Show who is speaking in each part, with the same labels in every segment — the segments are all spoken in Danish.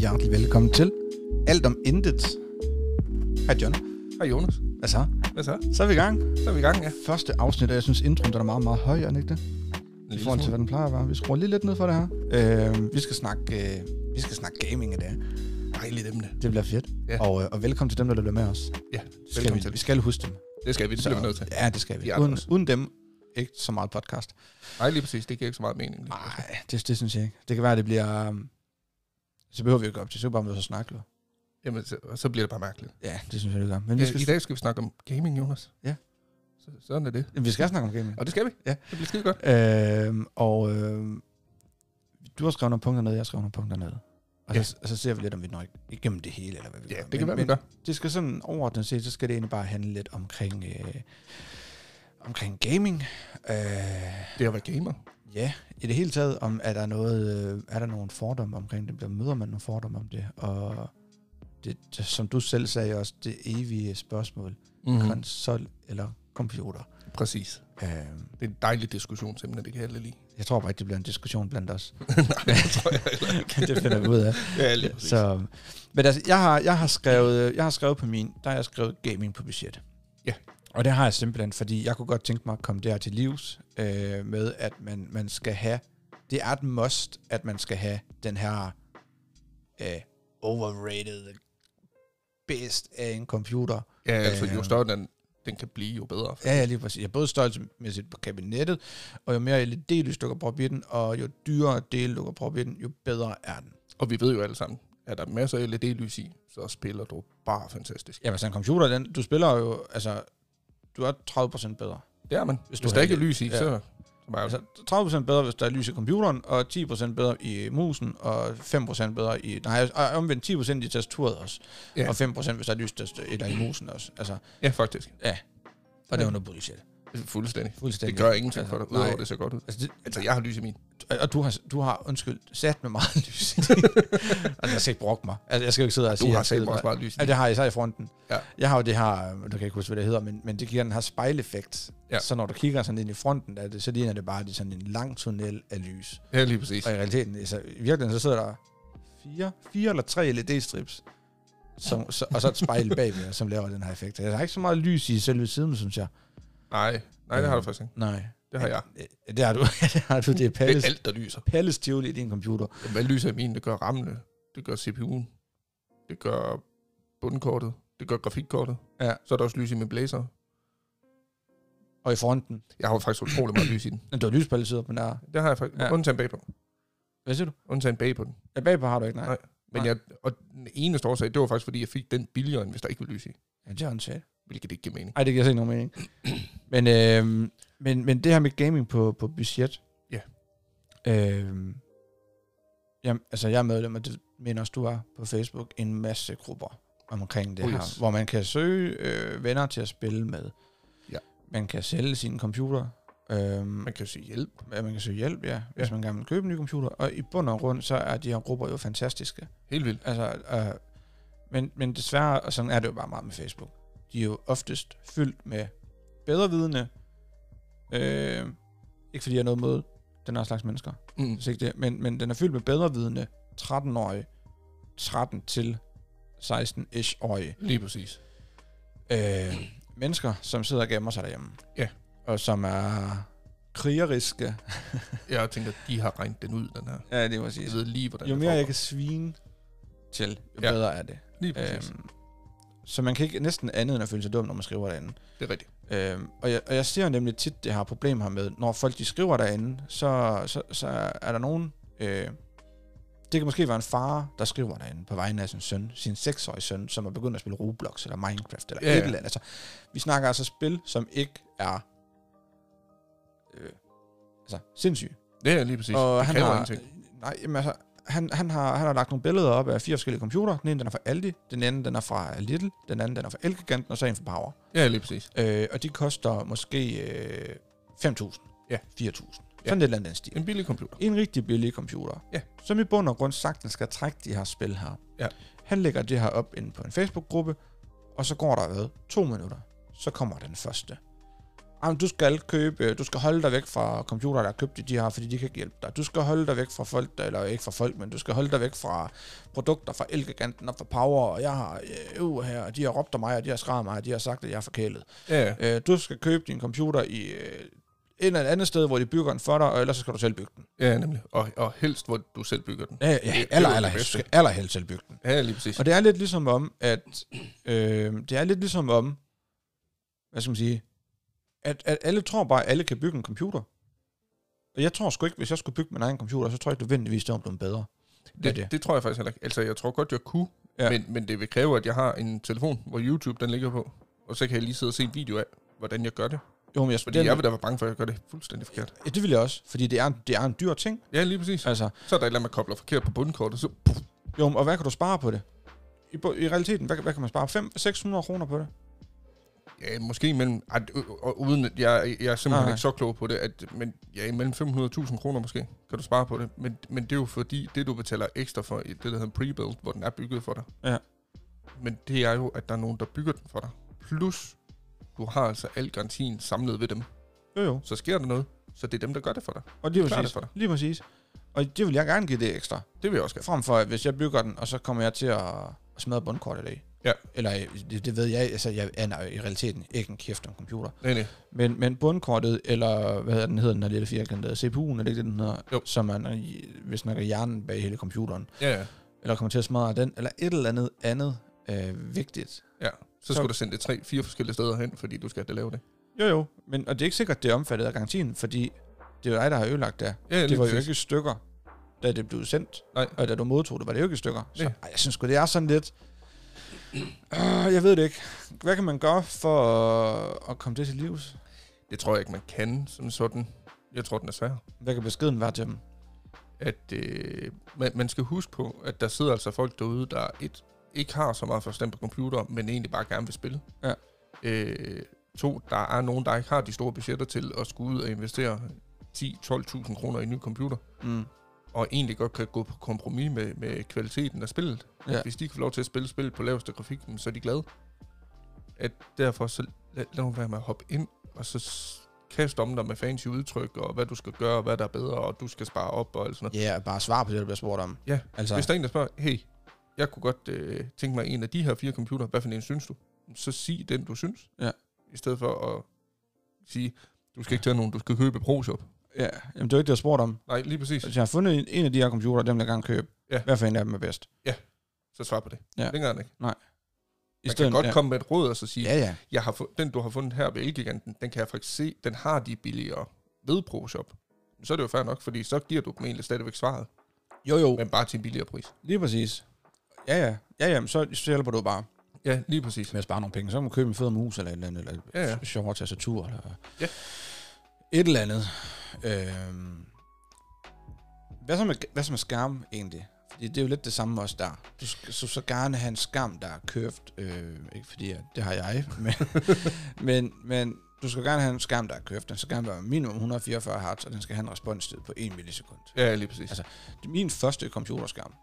Speaker 1: Hjertelig velkommen til Alt om Intet. Hej John.
Speaker 2: Hej Jonas.
Speaker 1: Hvad så?
Speaker 2: Hvad så?
Speaker 1: Så er vi i gang.
Speaker 2: Så er vi i gang, ja.
Speaker 1: Første afsnit, og jeg synes introen den er meget, meget høj, er den ikke det? I forhold til, hvad den plejer at være. Vi skruer lige lidt ned for det her. Øh, vi, skal snakke, øh, vi skal snakke gaming i dag.
Speaker 2: Dejligt emne.
Speaker 1: Det bliver fedt.
Speaker 2: Ja.
Speaker 1: Og, øh, og velkommen til dem, der lytter med os. Skal
Speaker 2: Ja, velkommen
Speaker 1: vi,
Speaker 2: til.
Speaker 1: vi skal huske dem.
Speaker 2: Det skal vi, det bliver vi nødt til.
Speaker 1: Ja, det skal vi.
Speaker 2: De andre
Speaker 1: Uden,
Speaker 2: også.
Speaker 1: uden dem, ikke så meget podcast.
Speaker 2: Nej, lige præcis. Det giver ikke så meget mening.
Speaker 1: Nej, det, det synes jeg ikke. Det kan være, det bliver... øhm, Så behøver vi jo ikke op til, så kan vi bare med at snakke. jo.
Speaker 2: Jamen, så, så bliver det bare mærkeligt.
Speaker 1: Ja, det synes jeg, det gør. Men vi
Speaker 2: Ja, I
Speaker 1: skal,
Speaker 2: dag skal vi snakke om gaming, Jonas.
Speaker 1: Ja.
Speaker 2: Så, sådan er det.
Speaker 1: vi skal snakke om gaming.
Speaker 2: Og det skal vi.
Speaker 1: Ja.
Speaker 2: Det bliver skide godt.
Speaker 1: Øhm, og øhm, du har skrevet nogle punkter ned, jeg har skrevet nogle punkter ned. Og,
Speaker 2: Ja.
Speaker 1: så, og så ser vi lidt, om vi når ikke- igennem det hele, eller hvad vi
Speaker 2: Ja,
Speaker 1: gør.
Speaker 2: det kan
Speaker 1: men,
Speaker 2: være, vi gør.
Speaker 1: Men det skal sådan overordnet set, så skal det egentlig bare handle lidt omkring, øh, omkring gaming. Øh,
Speaker 2: Det at være gamer.
Speaker 1: ja, i det hele taget, om er der, noget, øh, er der nogle fordomme omkring det? Der møder man nogle fordomme om det? Og det, det, som du selv sagde også, det evige spørgsmål. Mm. Konsol eller computer?
Speaker 2: Præcis.
Speaker 1: Øh,
Speaker 2: Det er en dejlig diskussionsemne, det kan alle lide.
Speaker 1: jeg tror bare ikke, det bliver en diskussion blandt os.
Speaker 2: Nej, det tror jeg heller ikke.
Speaker 1: det finder vi ud af.
Speaker 2: Ja, lige præcis. Så.
Speaker 1: Så, men altså, jeg har, jeg har skrevet, jeg har skrevet på min, der har jeg skrevet gaming på budget.
Speaker 2: Ja.
Speaker 1: Og det har jeg simpelthen, fordi jeg kunne godt tænke mig at komme der til livs, øh, med at man, man skal have, det er et must, at man skal have den her øh, overrated bedst af en computer.
Speaker 2: Ja, altså, jo
Speaker 1: Øhm.
Speaker 2: større den, den kan blive, jo bedre.
Speaker 1: Ja, ja, lige præcis. Ja, både størrelsesmæssigt på kabinettet, og jo mere LED-lys du kan proppe i den, og jo dyrere del du kan proppe i den, jo bedre er den.
Speaker 2: Og vi ved jo alle sammen, at der er masser af LED-lys i, så spiller du bare fantastisk.
Speaker 1: Ja, men sådan en computer, den, du spiller jo, altså, du er 30% bedre.
Speaker 2: Det er man. Hvis,
Speaker 1: du
Speaker 2: Hvis
Speaker 1: har
Speaker 2: der ikke er
Speaker 1: lidt-
Speaker 2: lys i,
Speaker 1: ja.
Speaker 2: ja. så... så bare,
Speaker 1: Altså 30% bedre, hvis der er lys i computeren, og 10% bedre i musen, og 5% bedre i... Nej, og omvendt 10% i tastaturet også. Ja.
Speaker 2: Ja.
Speaker 1: Og 5% hvis der er lys tast- eller i musen også. Altså,
Speaker 2: ja, faktisk.
Speaker 1: og det er
Speaker 2: Ja.
Speaker 1: jo noget bullshit.
Speaker 2: Fuldstændig.
Speaker 1: Fuldstændig.
Speaker 2: Det gør ingenting for dig,
Speaker 1: Altså, nej.
Speaker 2: udover det ser godt ud.
Speaker 1: Altså, det,
Speaker 2: Altså, jeg har lys i min.
Speaker 1: og- og du har, du har, undskyld, sat med meget lys. altså, jeg skal ikke brokke mig. Altså, jeg skal jo ikke sidde og
Speaker 2: Du
Speaker 1: sige...
Speaker 2: har
Speaker 1: at jeg
Speaker 2: selv
Speaker 1: sidder-
Speaker 2: også meget lys i
Speaker 1: Ja,
Speaker 2: din.
Speaker 1: det har jeg især i fronten.
Speaker 2: Ja.
Speaker 1: Jeg har jo det her, øh, nu kan jeg ikke huske, hvad det hedder, men, men det giver den her spejleffekt.
Speaker 2: Ja.
Speaker 1: Så når du kigger sådan ind i fronten, der, er det, så ligner det bare det er sådan en lang tunnel af lys.
Speaker 2: Ja, lige præcis.
Speaker 1: Og i realiteten, altså, i virkeligheden, så sidder der fire, fire eller tre LED-strips, som, så, og så et spejl bagved, som laver den her effekt. Der er ikke så meget lys i selve siden, synes jeg.
Speaker 2: Nej, nej, det har du faktisk ikke.
Speaker 1: Nej.
Speaker 2: Det har jeg.
Speaker 1: Øh, Det har du. det har du. Det er
Speaker 2: Det
Speaker 1: Palles,
Speaker 2: er alt, der lyser.
Speaker 1: Palles Tivoli i din computer.
Speaker 2: Jamen, Hvad lyser i min? Det gør rammene. Det gør CPU'en. Det gør bundkortet. Det gør grafikkortet.
Speaker 1: Ja.
Speaker 2: Så er der også lys i min blazer.
Speaker 1: Og i fronten.
Speaker 2: Jeg har jo faktisk utrolig meget lys i den.
Speaker 1: Men du har lys på alle sider, men der er-
Speaker 2: Det har jeg faktisk.
Speaker 1: Ja.
Speaker 2: Ja. Undtagen bag på den.
Speaker 1: Hvad siger du?
Speaker 2: Undtagen bag på den.
Speaker 1: Ja, bagpå har du ikke, nej.
Speaker 2: Nej. Men
Speaker 1: Nej.
Speaker 2: jeg, og den eneste årsag, det var faktisk, fordi jeg fik den billigere, end hvis der ikke var lys i.
Speaker 1: Ja, det er åndssvagt.
Speaker 2: Hvilket ikke giver mening.
Speaker 1: Ej, det giver slet ikke nogen mening. Men, øh, men, men det her med gaming på, på budget.
Speaker 2: Ja.
Speaker 1: Øh, jamen, altså, jeg er medlem, og det mener også, du er på Facebook, en masse grupper omkring det
Speaker 2: Oh,
Speaker 1: oh, yes.
Speaker 2: yes.
Speaker 1: her, hvor man kan søge øh, venner til at spille med.
Speaker 2: Ja.
Speaker 1: Man kan sælge sin computer. Øh, man,
Speaker 2: Man kan sige hjælp.
Speaker 1: man kan søge hjælp, ja, hvis
Speaker 2: Ja.
Speaker 1: man gerne vil købe en ny computer. Og i bund og grund, så er de her grupper jo fantastiske.
Speaker 2: Helt vildt.
Speaker 1: Altså, øh, men, men desværre, og sådan er det jo bare meget med Facebook, de er jo oftest fyldt med bedrevidende, øh, ikke fordi jeg er noget mod den her slags mennesker,
Speaker 2: Mm.
Speaker 1: hvis ikke det, men, men den er fyldt med bedrevidende 13-årige, 13 til 16-ish-årige
Speaker 2: Lige præcis.
Speaker 1: øh, mennesker, som sidder og gemmer sig derhjemme.
Speaker 2: Ja.
Speaker 1: Og som er krigeriske.
Speaker 2: Jeg tænker, de har regnet den ud, den her.
Speaker 1: Ja, det var
Speaker 2: Jeg
Speaker 1: præcis.
Speaker 2: ved lige, hvordan
Speaker 1: Jo
Speaker 2: det
Speaker 1: mere jeg
Speaker 2: foregår.
Speaker 1: kan svine til, jo
Speaker 2: Ja.
Speaker 1: bedre er det.
Speaker 2: Lige præcis.
Speaker 1: Øhm, så man kan ikke næsten andet end at føle sig dum, når man skriver derinde.
Speaker 2: Det er rigtigt.
Speaker 1: Øhm, og, jeg, og jeg ser nemlig tit det her problem her med, når folk de skriver derinde, så, så, så er der nogen... Øh, det kan måske være en far, der skriver derinde på vegne af sin søn, sin seksårige søn, som er begyndt at spille Roblox eller Minecraft eller
Speaker 2: Ja,
Speaker 1: ja, et
Speaker 2: ja.
Speaker 1: eller andet. Altså, vi snakker altså spil, som ikke er øh, altså, sindssyge.
Speaker 2: Det er lige præcis.
Speaker 1: Og
Speaker 2: det
Speaker 1: han
Speaker 2: kan jo
Speaker 1: har,
Speaker 2: ingenting.
Speaker 1: nej, jamen altså, han, han, har, han har lagt nogle billeder op af fire forskellige computer. Den ene den er fra Aldi, den anden den er fra Lidl, den anden den er fra Elgiganten, og så en fra Power.
Speaker 2: Ja, lige præcis.
Speaker 1: Øh, og de koster måske øh, 5.000,
Speaker 2: Ja.
Speaker 1: 4.000.
Speaker 2: Ja.
Speaker 1: Sådan et eller andet i den stil.
Speaker 2: En billig computer.
Speaker 1: En rigtig billig computer,
Speaker 2: Ja.
Speaker 1: som i bund og grund sagtens skal trække de her spil her.
Speaker 2: Ja.
Speaker 1: Han lægger det her op inde på en Facebook-gruppe, og så går der hvad, to minutter. Så kommer den første. Jamen, du skal købe, øh, du skal holde dig væk fra computere, der har købt det, de her, fordi de kan ikke hjælpe dig. Du skal holde dig væk fra folk, der- eller ikke fra folk, men du skal holde dig væk fra produkter fra Elgiganten og fra Power, og jeg har øh, øh, her, og de har råbt af mig, og de har skrevet af mig, og de har sagt, at jeg er forkælet.
Speaker 2: Ja, ja.
Speaker 1: Øh, du skal købe din computer i øh, et eller andet sted, hvor de bygger den for dig, og ellers så skal du selv bygge den.
Speaker 2: ja nemlig. Og, og helst, hvor du selv bygger den.
Speaker 1: Ja, ja,
Speaker 2: det er
Speaker 1: aller,
Speaker 2: jo det
Speaker 1: aller, helst,
Speaker 2: bedste.
Speaker 1: skal aller helst selv bygge den.
Speaker 2: Ja, lige præcis.
Speaker 1: Og det er lidt ligesom om, at øh, det er lidt ligesom om, hvad skal man sige, at, at alle tror bare, at alle kan bygge en computer. Og jeg tror sgu ikke, hvis jeg skulle bygge min egen computer, så tror jeg ikke nødvendigvis, det var blevet bedre. af
Speaker 2: Det, det. det tror jeg faktisk heller ikke. Altså, jeg tror godt, jeg kunne,
Speaker 1: Ja.
Speaker 2: ja. men, men det vil kræve, at jeg har en telefon, hvor YouTube den ligger på, og så kan jeg lige sidde og se en video af, hvordan jeg gør det.
Speaker 1: Jo, men jeg,
Speaker 2: Fordi
Speaker 1: den,
Speaker 2: jeg vil da være bange for, at jeg gør det fuldstændig forkert.
Speaker 1: ja, det vil jeg også, fordi det er, en, det er en dyr ting.
Speaker 2: Ja, lige præcis.
Speaker 1: Altså,
Speaker 2: Så er der et eller andet, man kobler forkert på bundkortet, så puff,
Speaker 1: jo, men- og hvad kan du spare på det? I, bo- i realiteten, hvad, hvad kan man spare? 500-600 kroner på det?
Speaker 2: ja, måske imellem, ej, ø- ø- og uden, at jeg, jeg er simpelthen
Speaker 1: Nej.
Speaker 2: ikke så klog på det, at, men ja, imellem 500.000 kroner måske, kan du spare på det. Men, men det er jo fordi, det du betaler ekstra for, i det der hedder en pre-build, hvor den er bygget for dig.
Speaker 1: Ja.
Speaker 2: Men det er jo, at der er nogen, der bygger den for dig. Plus, du har altså al garantien samlet ved dem.
Speaker 1: Jo, jo.
Speaker 2: så sker der noget. Så det er dem, der gør det for dig.
Speaker 1: Og lige
Speaker 2: Det klarer
Speaker 1: præcis.
Speaker 2: det for dig.
Speaker 1: Lige præcis. Og det vil jeg gerne give det ekstra.
Speaker 2: Det vil jeg også gerne.
Speaker 1: Frem for, at hvis jeg bygger den, og så kommer jeg til at at smadre bundkortet af.
Speaker 2: Ja.
Speaker 1: Eller øh, det, det ved jeg, altså jeg aner jo i realiteten ikke en kæft om computer.
Speaker 2: Nej, nej.
Speaker 1: Men, men bundkortet, eller hvad hedder den, hedder den her lille firkantede CPU'en, er det ikke det, den hedder?
Speaker 2: Jo.
Speaker 1: Som er, øh, hvis man er hjernen bag hele computeren.
Speaker 2: Ja, ja.
Speaker 1: Eller kommer til at smadre den, eller et eller andet andet øh, vigtigt.
Speaker 2: ja.
Speaker 1: Så-
Speaker 2: Så skal du sende det tre, fire forskellige steder hen, fordi du skal have det lave det.
Speaker 1: Jo jo, men, og det er ikke sikkert, det er omfattet af garantien, fordi det er jo dig, der har ødelagt det.
Speaker 2: Ja,
Speaker 1: Det var jo ikke i stykker, da det blev sendt.
Speaker 2: Nej.
Speaker 1: Og da du modtog det, var det jo ikke i stykker. Så
Speaker 2: Nej.
Speaker 1: ej, jeg synes sgu, det er sådan lidt... Øh, jeg ved det ikke. Hvad kan man gøre for at, at komme det til livs?
Speaker 2: Det tror jeg ikke, man kan som sådan. Jeg tror, den er svær.
Speaker 1: Hvad kan beskeden være til dem?
Speaker 2: At øh, man, man skal huske på, at der sidder altså folk derude, der et, ikke har så meget forstand på computer, men egentlig bare gerne vil spille.
Speaker 1: Ja.
Speaker 2: Øh, to, der er nogen, der ikke har de store budgetter til at skulle ud og investere 10-12.000 kroner i en ny computer.
Speaker 1: Mm.
Speaker 2: og egentlig godt kan gå på kompromis med, med kvaliteten af spillet.
Speaker 1: Ja.
Speaker 2: Ja. Hvis de kan få lov til at spille spillet på laveste grafik, jamen, så er de glade. At derfor så lad, lad nu være med at hoppe ind, og så s- kast om dig med fancy udtryk, og hvad du skal gøre, og hvad der er bedre, og du skal spare op, og alt sådan noget.
Speaker 1: Ja, yeah, bare svar på det, der bliver spurgt om.
Speaker 2: Ja,
Speaker 1: altså,
Speaker 2: Ja. Hvis der er en, der spørger, hey, jeg kunne godt øh, tænke mig en af de her fire computer, hvad for en synes du? Så sig den, du synes.
Speaker 1: Ja.
Speaker 2: I stedet for at sige, du skal ikke tage nogen, du skal købe ProShop.
Speaker 1: ja, jamen, det er jo ikke det, jeg spurgte om.
Speaker 2: Nej, lige præcis.
Speaker 1: Hvis jeg har fundet en, en af de her computere, dem vil jeg gerne købe.
Speaker 2: Ja.
Speaker 1: Hvad for en af dem er bedst?
Speaker 2: Så svar på det.
Speaker 1: Ja.
Speaker 2: Længere end ikke.
Speaker 1: I
Speaker 2: Man kan godt
Speaker 1: ja.
Speaker 2: komme med et råd, og så sige,
Speaker 1: Ja, ja.
Speaker 2: jeg har fu- den, du har fundet her ved Elgiganten, den kan jeg faktisk se, den har de billigere ved ProShop. Så er det jo fair nok, fordi så giver du dem egentlig stadigvæk svaret,
Speaker 1: Jo, jo.
Speaker 2: men bare til en billigere pris.
Speaker 1: Lige præcis. Ja, ja. Ja, ja, men så, så hjælper du bare
Speaker 2: Ja, lige præcis.
Speaker 1: med at spare nogle penge. Så må du købe en fed mus eller et eller andet, eller
Speaker 2: Ja, ja.
Speaker 1: ja. sjovere tastatur, eller
Speaker 2: Ja.
Speaker 1: et eller andet. Øhm. Hvad, så med, hvad så med skærm egentlig? Fordi det er jo lidt det samme også der. Du skal så, så gerne have en skærm, der er købt. Øh, ikke fordi, at det har jeg, men, men, men du skal gerne have en skærm, der er købt. Den skal gerne være minimum 144 Hz, og den skal have en responstid på 1 millisekund.
Speaker 2: Ja, lige præcis.
Speaker 1: Altså- Min første computerskærm,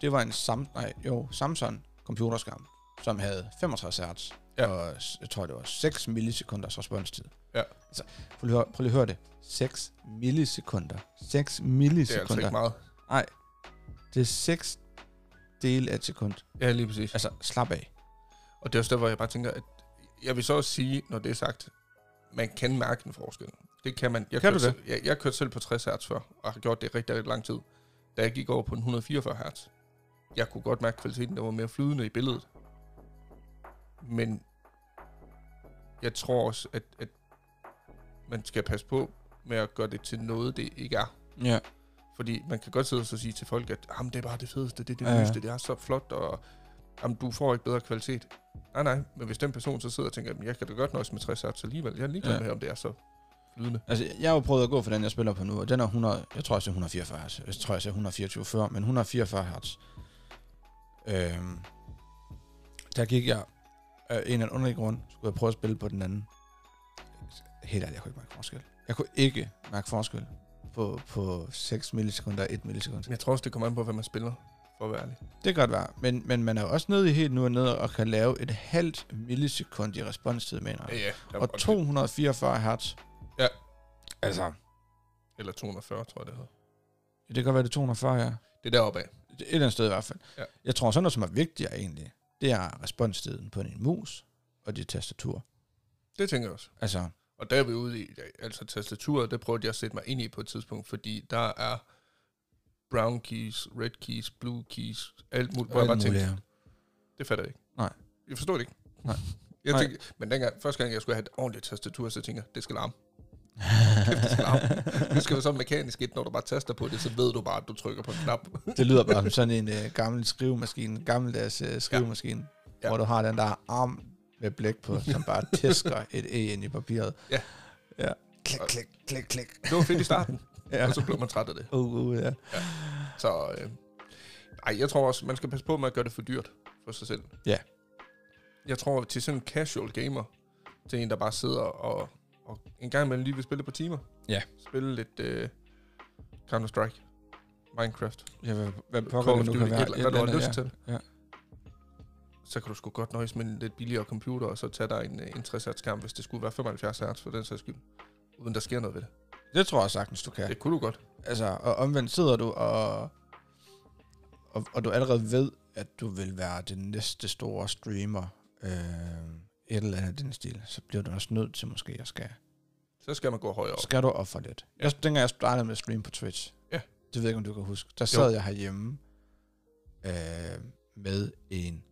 Speaker 1: det var en Sam, nej, jo, Samsung computerskærm, som havde 65 Hz, ja.
Speaker 2: Ja.
Speaker 1: og s- jeg tror, det var 6 millisekunders responstid.
Speaker 2: Ja.
Speaker 1: Altså, prøv lige, at høre- prøv lige at høre det. 6 millisekunder. 6
Speaker 2: det er altså
Speaker 1: millisekunder.
Speaker 2: ikke meget.
Speaker 1: det er 6 del af et sekund.
Speaker 2: Ja, lige præcis.
Speaker 1: Altså, slap af.
Speaker 2: Og det er også der, hvor jeg bare tænker, at jeg vil så også sige, når det er sagt, man kan mærke en forskel. Det kan man. Jeg
Speaker 1: Kan
Speaker 2: kørte
Speaker 1: du det?
Speaker 2: Selv, jeg, jeg kørte selv på 60 Hz før, og har gjort det i rigtig, rigtig lang tid. Da jeg gik over på en 144 Hz, jeg kunne godt mærke kvaliteten, der var mere flydende i billedet. Men jeg tror også, at, at man skal passe på med at gøre det til noget, det ikke er.
Speaker 1: Ja.
Speaker 2: Fordi man kan godt sidde og så sige til folk, at jamen, det er bare det fedeste, det er det
Speaker 1: Ja, ja.
Speaker 2: ja. nyeste, det er så flot, og jamen, du får ikke bedre kvalitet. Nej, nej, men hvis den person så sidder og tænker, at jeg kan da godt nøjes med 60 hertz alligevel, jeg er ligeglad
Speaker 1: Ja.
Speaker 2: ja. med, om det er så flydende.
Speaker 1: Altså, jeg har jo prøvet at gå for den, jeg spiller på nu, og den er 100, jeg tror, jeg ser 144 Hz. Jeg tror, jeg ser 124 før, men 144 Hz. Øhm, der gik jeg øh, en eller anden underlig grund, skulle jeg prøve at spille på den anden. Helt ærligt, jeg kunne ikke mærke forskel. Jeg kunne ikke mærke forskel på, på 6 millisekunder og 1 millisekund.
Speaker 2: Men jeg tror også, det kommer an på, hvad man spiller. for at være ærlig.
Speaker 1: Det kan godt være. Men, men man er jo også nede i helt nu og nede og kan lave et halvt millisekund i responstid, mener jeg.
Speaker 2: ja. der var
Speaker 1: Og 244 hertz.
Speaker 2: Ja.
Speaker 1: Altså,
Speaker 2: Eller 240, tror jeg, det hedder.
Speaker 1: det kan godt være, det er 240, ja.
Speaker 2: Det er deroppe af.
Speaker 1: Et eller andet sted i hvert fald.
Speaker 2: Ja.
Speaker 1: Jeg tror, sådan noget, som er vigtigere egentlig, det er responstiden på din mus og dit tastatur.
Speaker 2: Det tænker jeg også.
Speaker 1: Altså,
Speaker 2: Og der er vi ude i, altså tastaturet, det prøvede jeg at sætte mig ind i på et tidspunkt, fordi der er brown keys, red keys, blue keys, alt muligt, hvor jeg bare
Speaker 1: alt muligt
Speaker 2: tænkte,
Speaker 1: her.
Speaker 2: det fatter jeg ikke.
Speaker 1: Nej.
Speaker 2: Jeg forstår det ikke.
Speaker 1: Nej.
Speaker 2: Jeg
Speaker 1: Nej.
Speaker 2: tænkte, men dengang, første gang, jeg skulle have et ordentligt tastatur, så tænker jeg, det skal larme. Kæft, det skal larme. Det skal være sådan mekanisk et, når du bare taster på det, så ved du bare, at du trykker på en knap.
Speaker 1: det lyder bare som sådan en øh, gammel skrivemaskine, en gammeldags øh, skrivemaskine,
Speaker 2: Ja.
Speaker 1: ja. hvor du har den der arm med blæk på, som bare tæsker et E ind i papiret.
Speaker 2: Ja.
Speaker 1: ja. Klik, klik, klik, klik.
Speaker 2: Det var fedt i starten,
Speaker 1: Ja.
Speaker 2: og så blev man træt af det.
Speaker 1: Uh, uh, ja.
Speaker 2: Så øh, ej, jeg tror også, man skal passe på med at gøre det for dyrt for sig selv.
Speaker 1: Ja.
Speaker 2: Jeg tror, til sådan en casual gamer, til en, der bare sidder og, og en gang imellem lige vil spille på timer.
Speaker 1: Ja.
Speaker 2: Spille lidt øh, Counter-Strike, Minecraft,
Speaker 1: ja hvad, hvad
Speaker 2: Call
Speaker 1: pokker
Speaker 2: of
Speaker 1: det nu
Speaker 2: Duty,
Speaker 1: kan være.
Speaker 2: et eller- hvad du har lyst
Speaker 1: ja.
Speaker 2: til.
Speaker 1: Ja.
Speaker 2: så kan du sgu godt nøjes med en lidt billigere computer, og så tage dig en, øh, en 60 Hz skærm, hvis det skulle være 75 Hz for den sags skyld. Uden der sker noget ved det.
Speaker 1: Det tror jeg sagtens, du
Speaker 2: Ja.
Speaker 1: kan.
Speaker 2: Det kunne du godt.
Speaker 1: Altså, og omvendt sidder du og, og, og du allerede ved, at du vil være den næste store streamer, øh, et eller andet i den stil, så bliver du også nødt til måske at skal
Speaker 2: Så skal man gå højere op.
Speaker 1: Skal du offer lidt? Jeg, dengang jeg startede med at streame på Twitch,
Speaker 2: Ja.
Speaker 1: det ved jeg ikke, om du kan huske, der sad jeg herhjemme øh, med en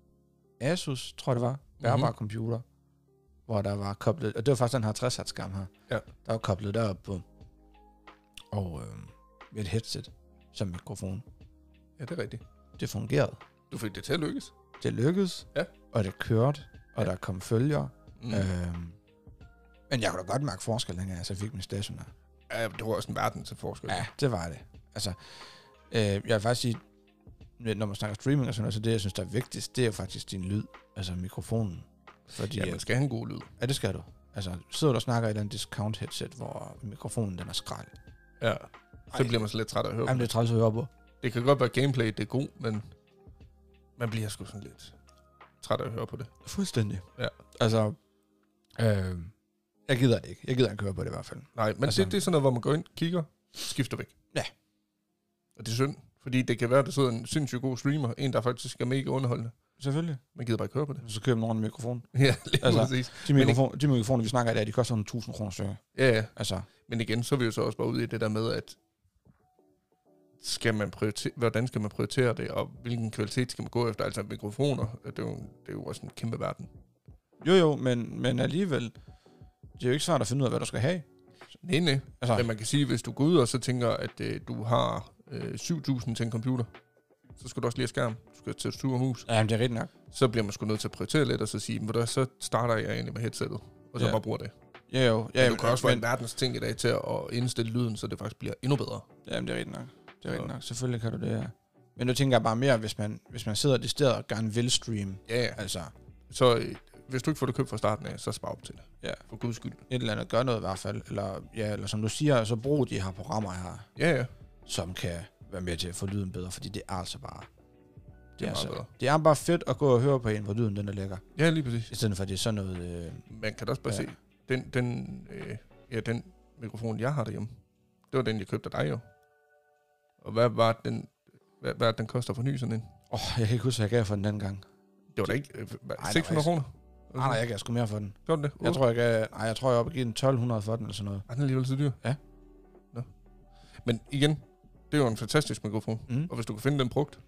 Speaker 1: Asus, tror jeg det var, bærbar
Speaker 2: Mhm.
Speaker 1: mm-hmm. computer, hvor der var koblet, og det var faktisk den her 60 hertz skærm her,
Speaker 2: Ja.
Speaker 1: der var koblet derop på, og øh, med et headset som mikrofon.
Speaker 2: Ja, det er rigtigt.
Speaker 1: Det fungerede.
Speaker 2: Du fik det til at lykkes.
Speaker 1: Det lykkedes,
Speaker 2: Ja.
Speaker 1: og det kørte, og der kom følgere.
Speaker 2: Mm.
Speaker 1: Mm. Øh, men jeg kunne da godt mærke forskel, dengang jeg så fik min stationær.
Speaker 2: Ja, det var også en verden til forskel.
Speaker 1: Ja, det var det. Altså, øh, jeg vil faktisk sige, når man snakker streaming og sådan noget, så det, jeg synes, der er vigtigst, det er faktisk din lyd, altså mikrofonen. Fordi,
Speaker 2: Ja,
Speaker 1: ja,
Speaker 2: man skal have en god lyd.
Speaker 1: ja det skal du. Altså, sidder du og snakker i den discount headset, hvor mikrofonen den er skrald.
Speaker 2: Ja.
Speaker 1: Ej.
Speaker 2: Så bliver man så lidt træt af at høre.
Speaker 1: Jamen,
Speaker 2: Jamen,
Speaker 1: det
Speaker 2: det...
Speaker 1: er træls at høre på.
Speaker 2: det kan godt være, at gameplay det er god, men man bliver sgu sådan lidt træt af at høre på det.
Speaker 1: Fuldstændig.
Speaker 2: Ja.
Speaker 1: Altså, øh, jeg gider det ikke. Jeg gider ikke høre på det i hvert fald.
Speaker 2: Nej, men altså...
Speaker 1: Altså-
Speaker 2: det, det er sådan noget, hvor man går ind, kigger, skifter væk.
Speaker 1: Ja.
Speaker 2: Og det er synd, fordi det kan være, at der sidder en sindssygt god streamer, en, der faktisk er mega underholdende.
Speaker 1: Selvfølgelig.
Speaker 2: Man gider bare ikke høre på det.
Speaker 1: Så køber man en mikrofon.
Speaker 2: Ja, lige altså...
Speaker 1: Altså-
Speaker 2: præcis.
Speaker 1: De,
Speaker 2: Men
Speaker 1: mikrofon, de mikrofoner, vi snakker i dag, de koster sådan 1000 kroner stykker.
Speaker 2: Ja, ja.
Speaker 1: Altså,
Speaker 2: Men igen, så er vi jo så også bare ude i det der med, at skal man prioritere, hvordan skal man prioritere det, og hvilken kvalitet skal man gå efter? Altså mikrofoner, det er jo, det er jo også en kæmpe verden.
Speaker 1: jo jo, men, men alligevel, det er jo ikke svært at finde ud af, hvad du skal have.
Speaker 2: Nej, nej.
Speaker 1: Altså,
Speaker 2: Men man kan sige, hvis du går ud og så tænker, at øh, du har øh, 7.000 til en computer, så skal du også lige have skærm, du skal til et hus.
Speaker 1: Jamen, det er rigtigt nok.
Speaker 2: Så bliver man sgu nødt til at prioritere lidt, og så sige, "Ved du hvad, så starter jeg egentlig med headsettet, og så ja.
Speaker 1: Ja.
Speaker 2: bare bruger det.
Speaker 1: Ja, jo. Ja,
Speaker 2: Ja,
Speaker 1: jo,
Speaker 2: du kan også få en
Speaker 1: men-
Speaker 2: verdens ting i dag til at indstille lyden, så det faktisk bliver endnu bedre.
Speaker 1: Jamen, det er rigtigt nok. Det er rigtigt
Speaker 2: Ja.
Speaker 1: nok. Selvfølgelig kan du det, ja. Men nu tænker jeg bare mere, hvis man, hvis man sidder det sted og gerne vil streame.
Speaker 2: Ja, ja.
Speaker 1: Altså,
Speaker 2: Så øh, hvis du ikke får det købt fra starten af, så spar op til det.
Speaker 1: Ja.
Speaker 2: For guds skyld.
Speaker 1: et eller andet, gør noget i hvert fald. Eller, ja, eller som du siger, så brug de her programmer her,
Speaker 2: Ja, ja.
Speaker 1: som kan være med til at få lyden bedre, fordi det er altså bare... Det,
Speaker 2: Det
Speaker 1: er,
Speaker 2: er meget
Speaker 1: altså,
Speaker 2: bedre.
Speaker 1: det er bare fedt at gå og høre på en, hvor lyden den er lækker.
Speaker 2: Ja, lige præcis.
Speaker 1: I stedet for, at det er sådan noget... Øh,
Speaker 2: Man kan da også bare ja.
Speaker 1: Ja.
Speaker 2: se, den, den, øh, ja, den mikrofon, jeg har derhjemme, det var den, jeg købte af dig jo. Og hvad var den, hvad, hvad er det, den koster for ny sådan en?
Speaker 1: åh, jeg kan ikke huske, hvad jeg gav for den den gang.
Speaker 2: Det var da ikke øh, hvad,
Speaker 1: Ej, der
Speaker 2: 600
Speaker 1: var
Speaker 2: kroner?
Speaker 1: Nej, nej, jeg gav sgu mere for den.
Speaker 2: Gjorde den det?
Speaker 1: Jeg tror, jeg gav... Nej, jeg tror, jeg opgav den 1200 for den eller sådan noget.
Speaker 2: Ej, den er alligevel så dyr.
Speaker 1: Ja.
Speaker 2: Nå. Men igen, det er jo en fantastisk mikrofon.
Speaker 1: Mm.
Speaker 2: Og hvis du kan finde den brugt,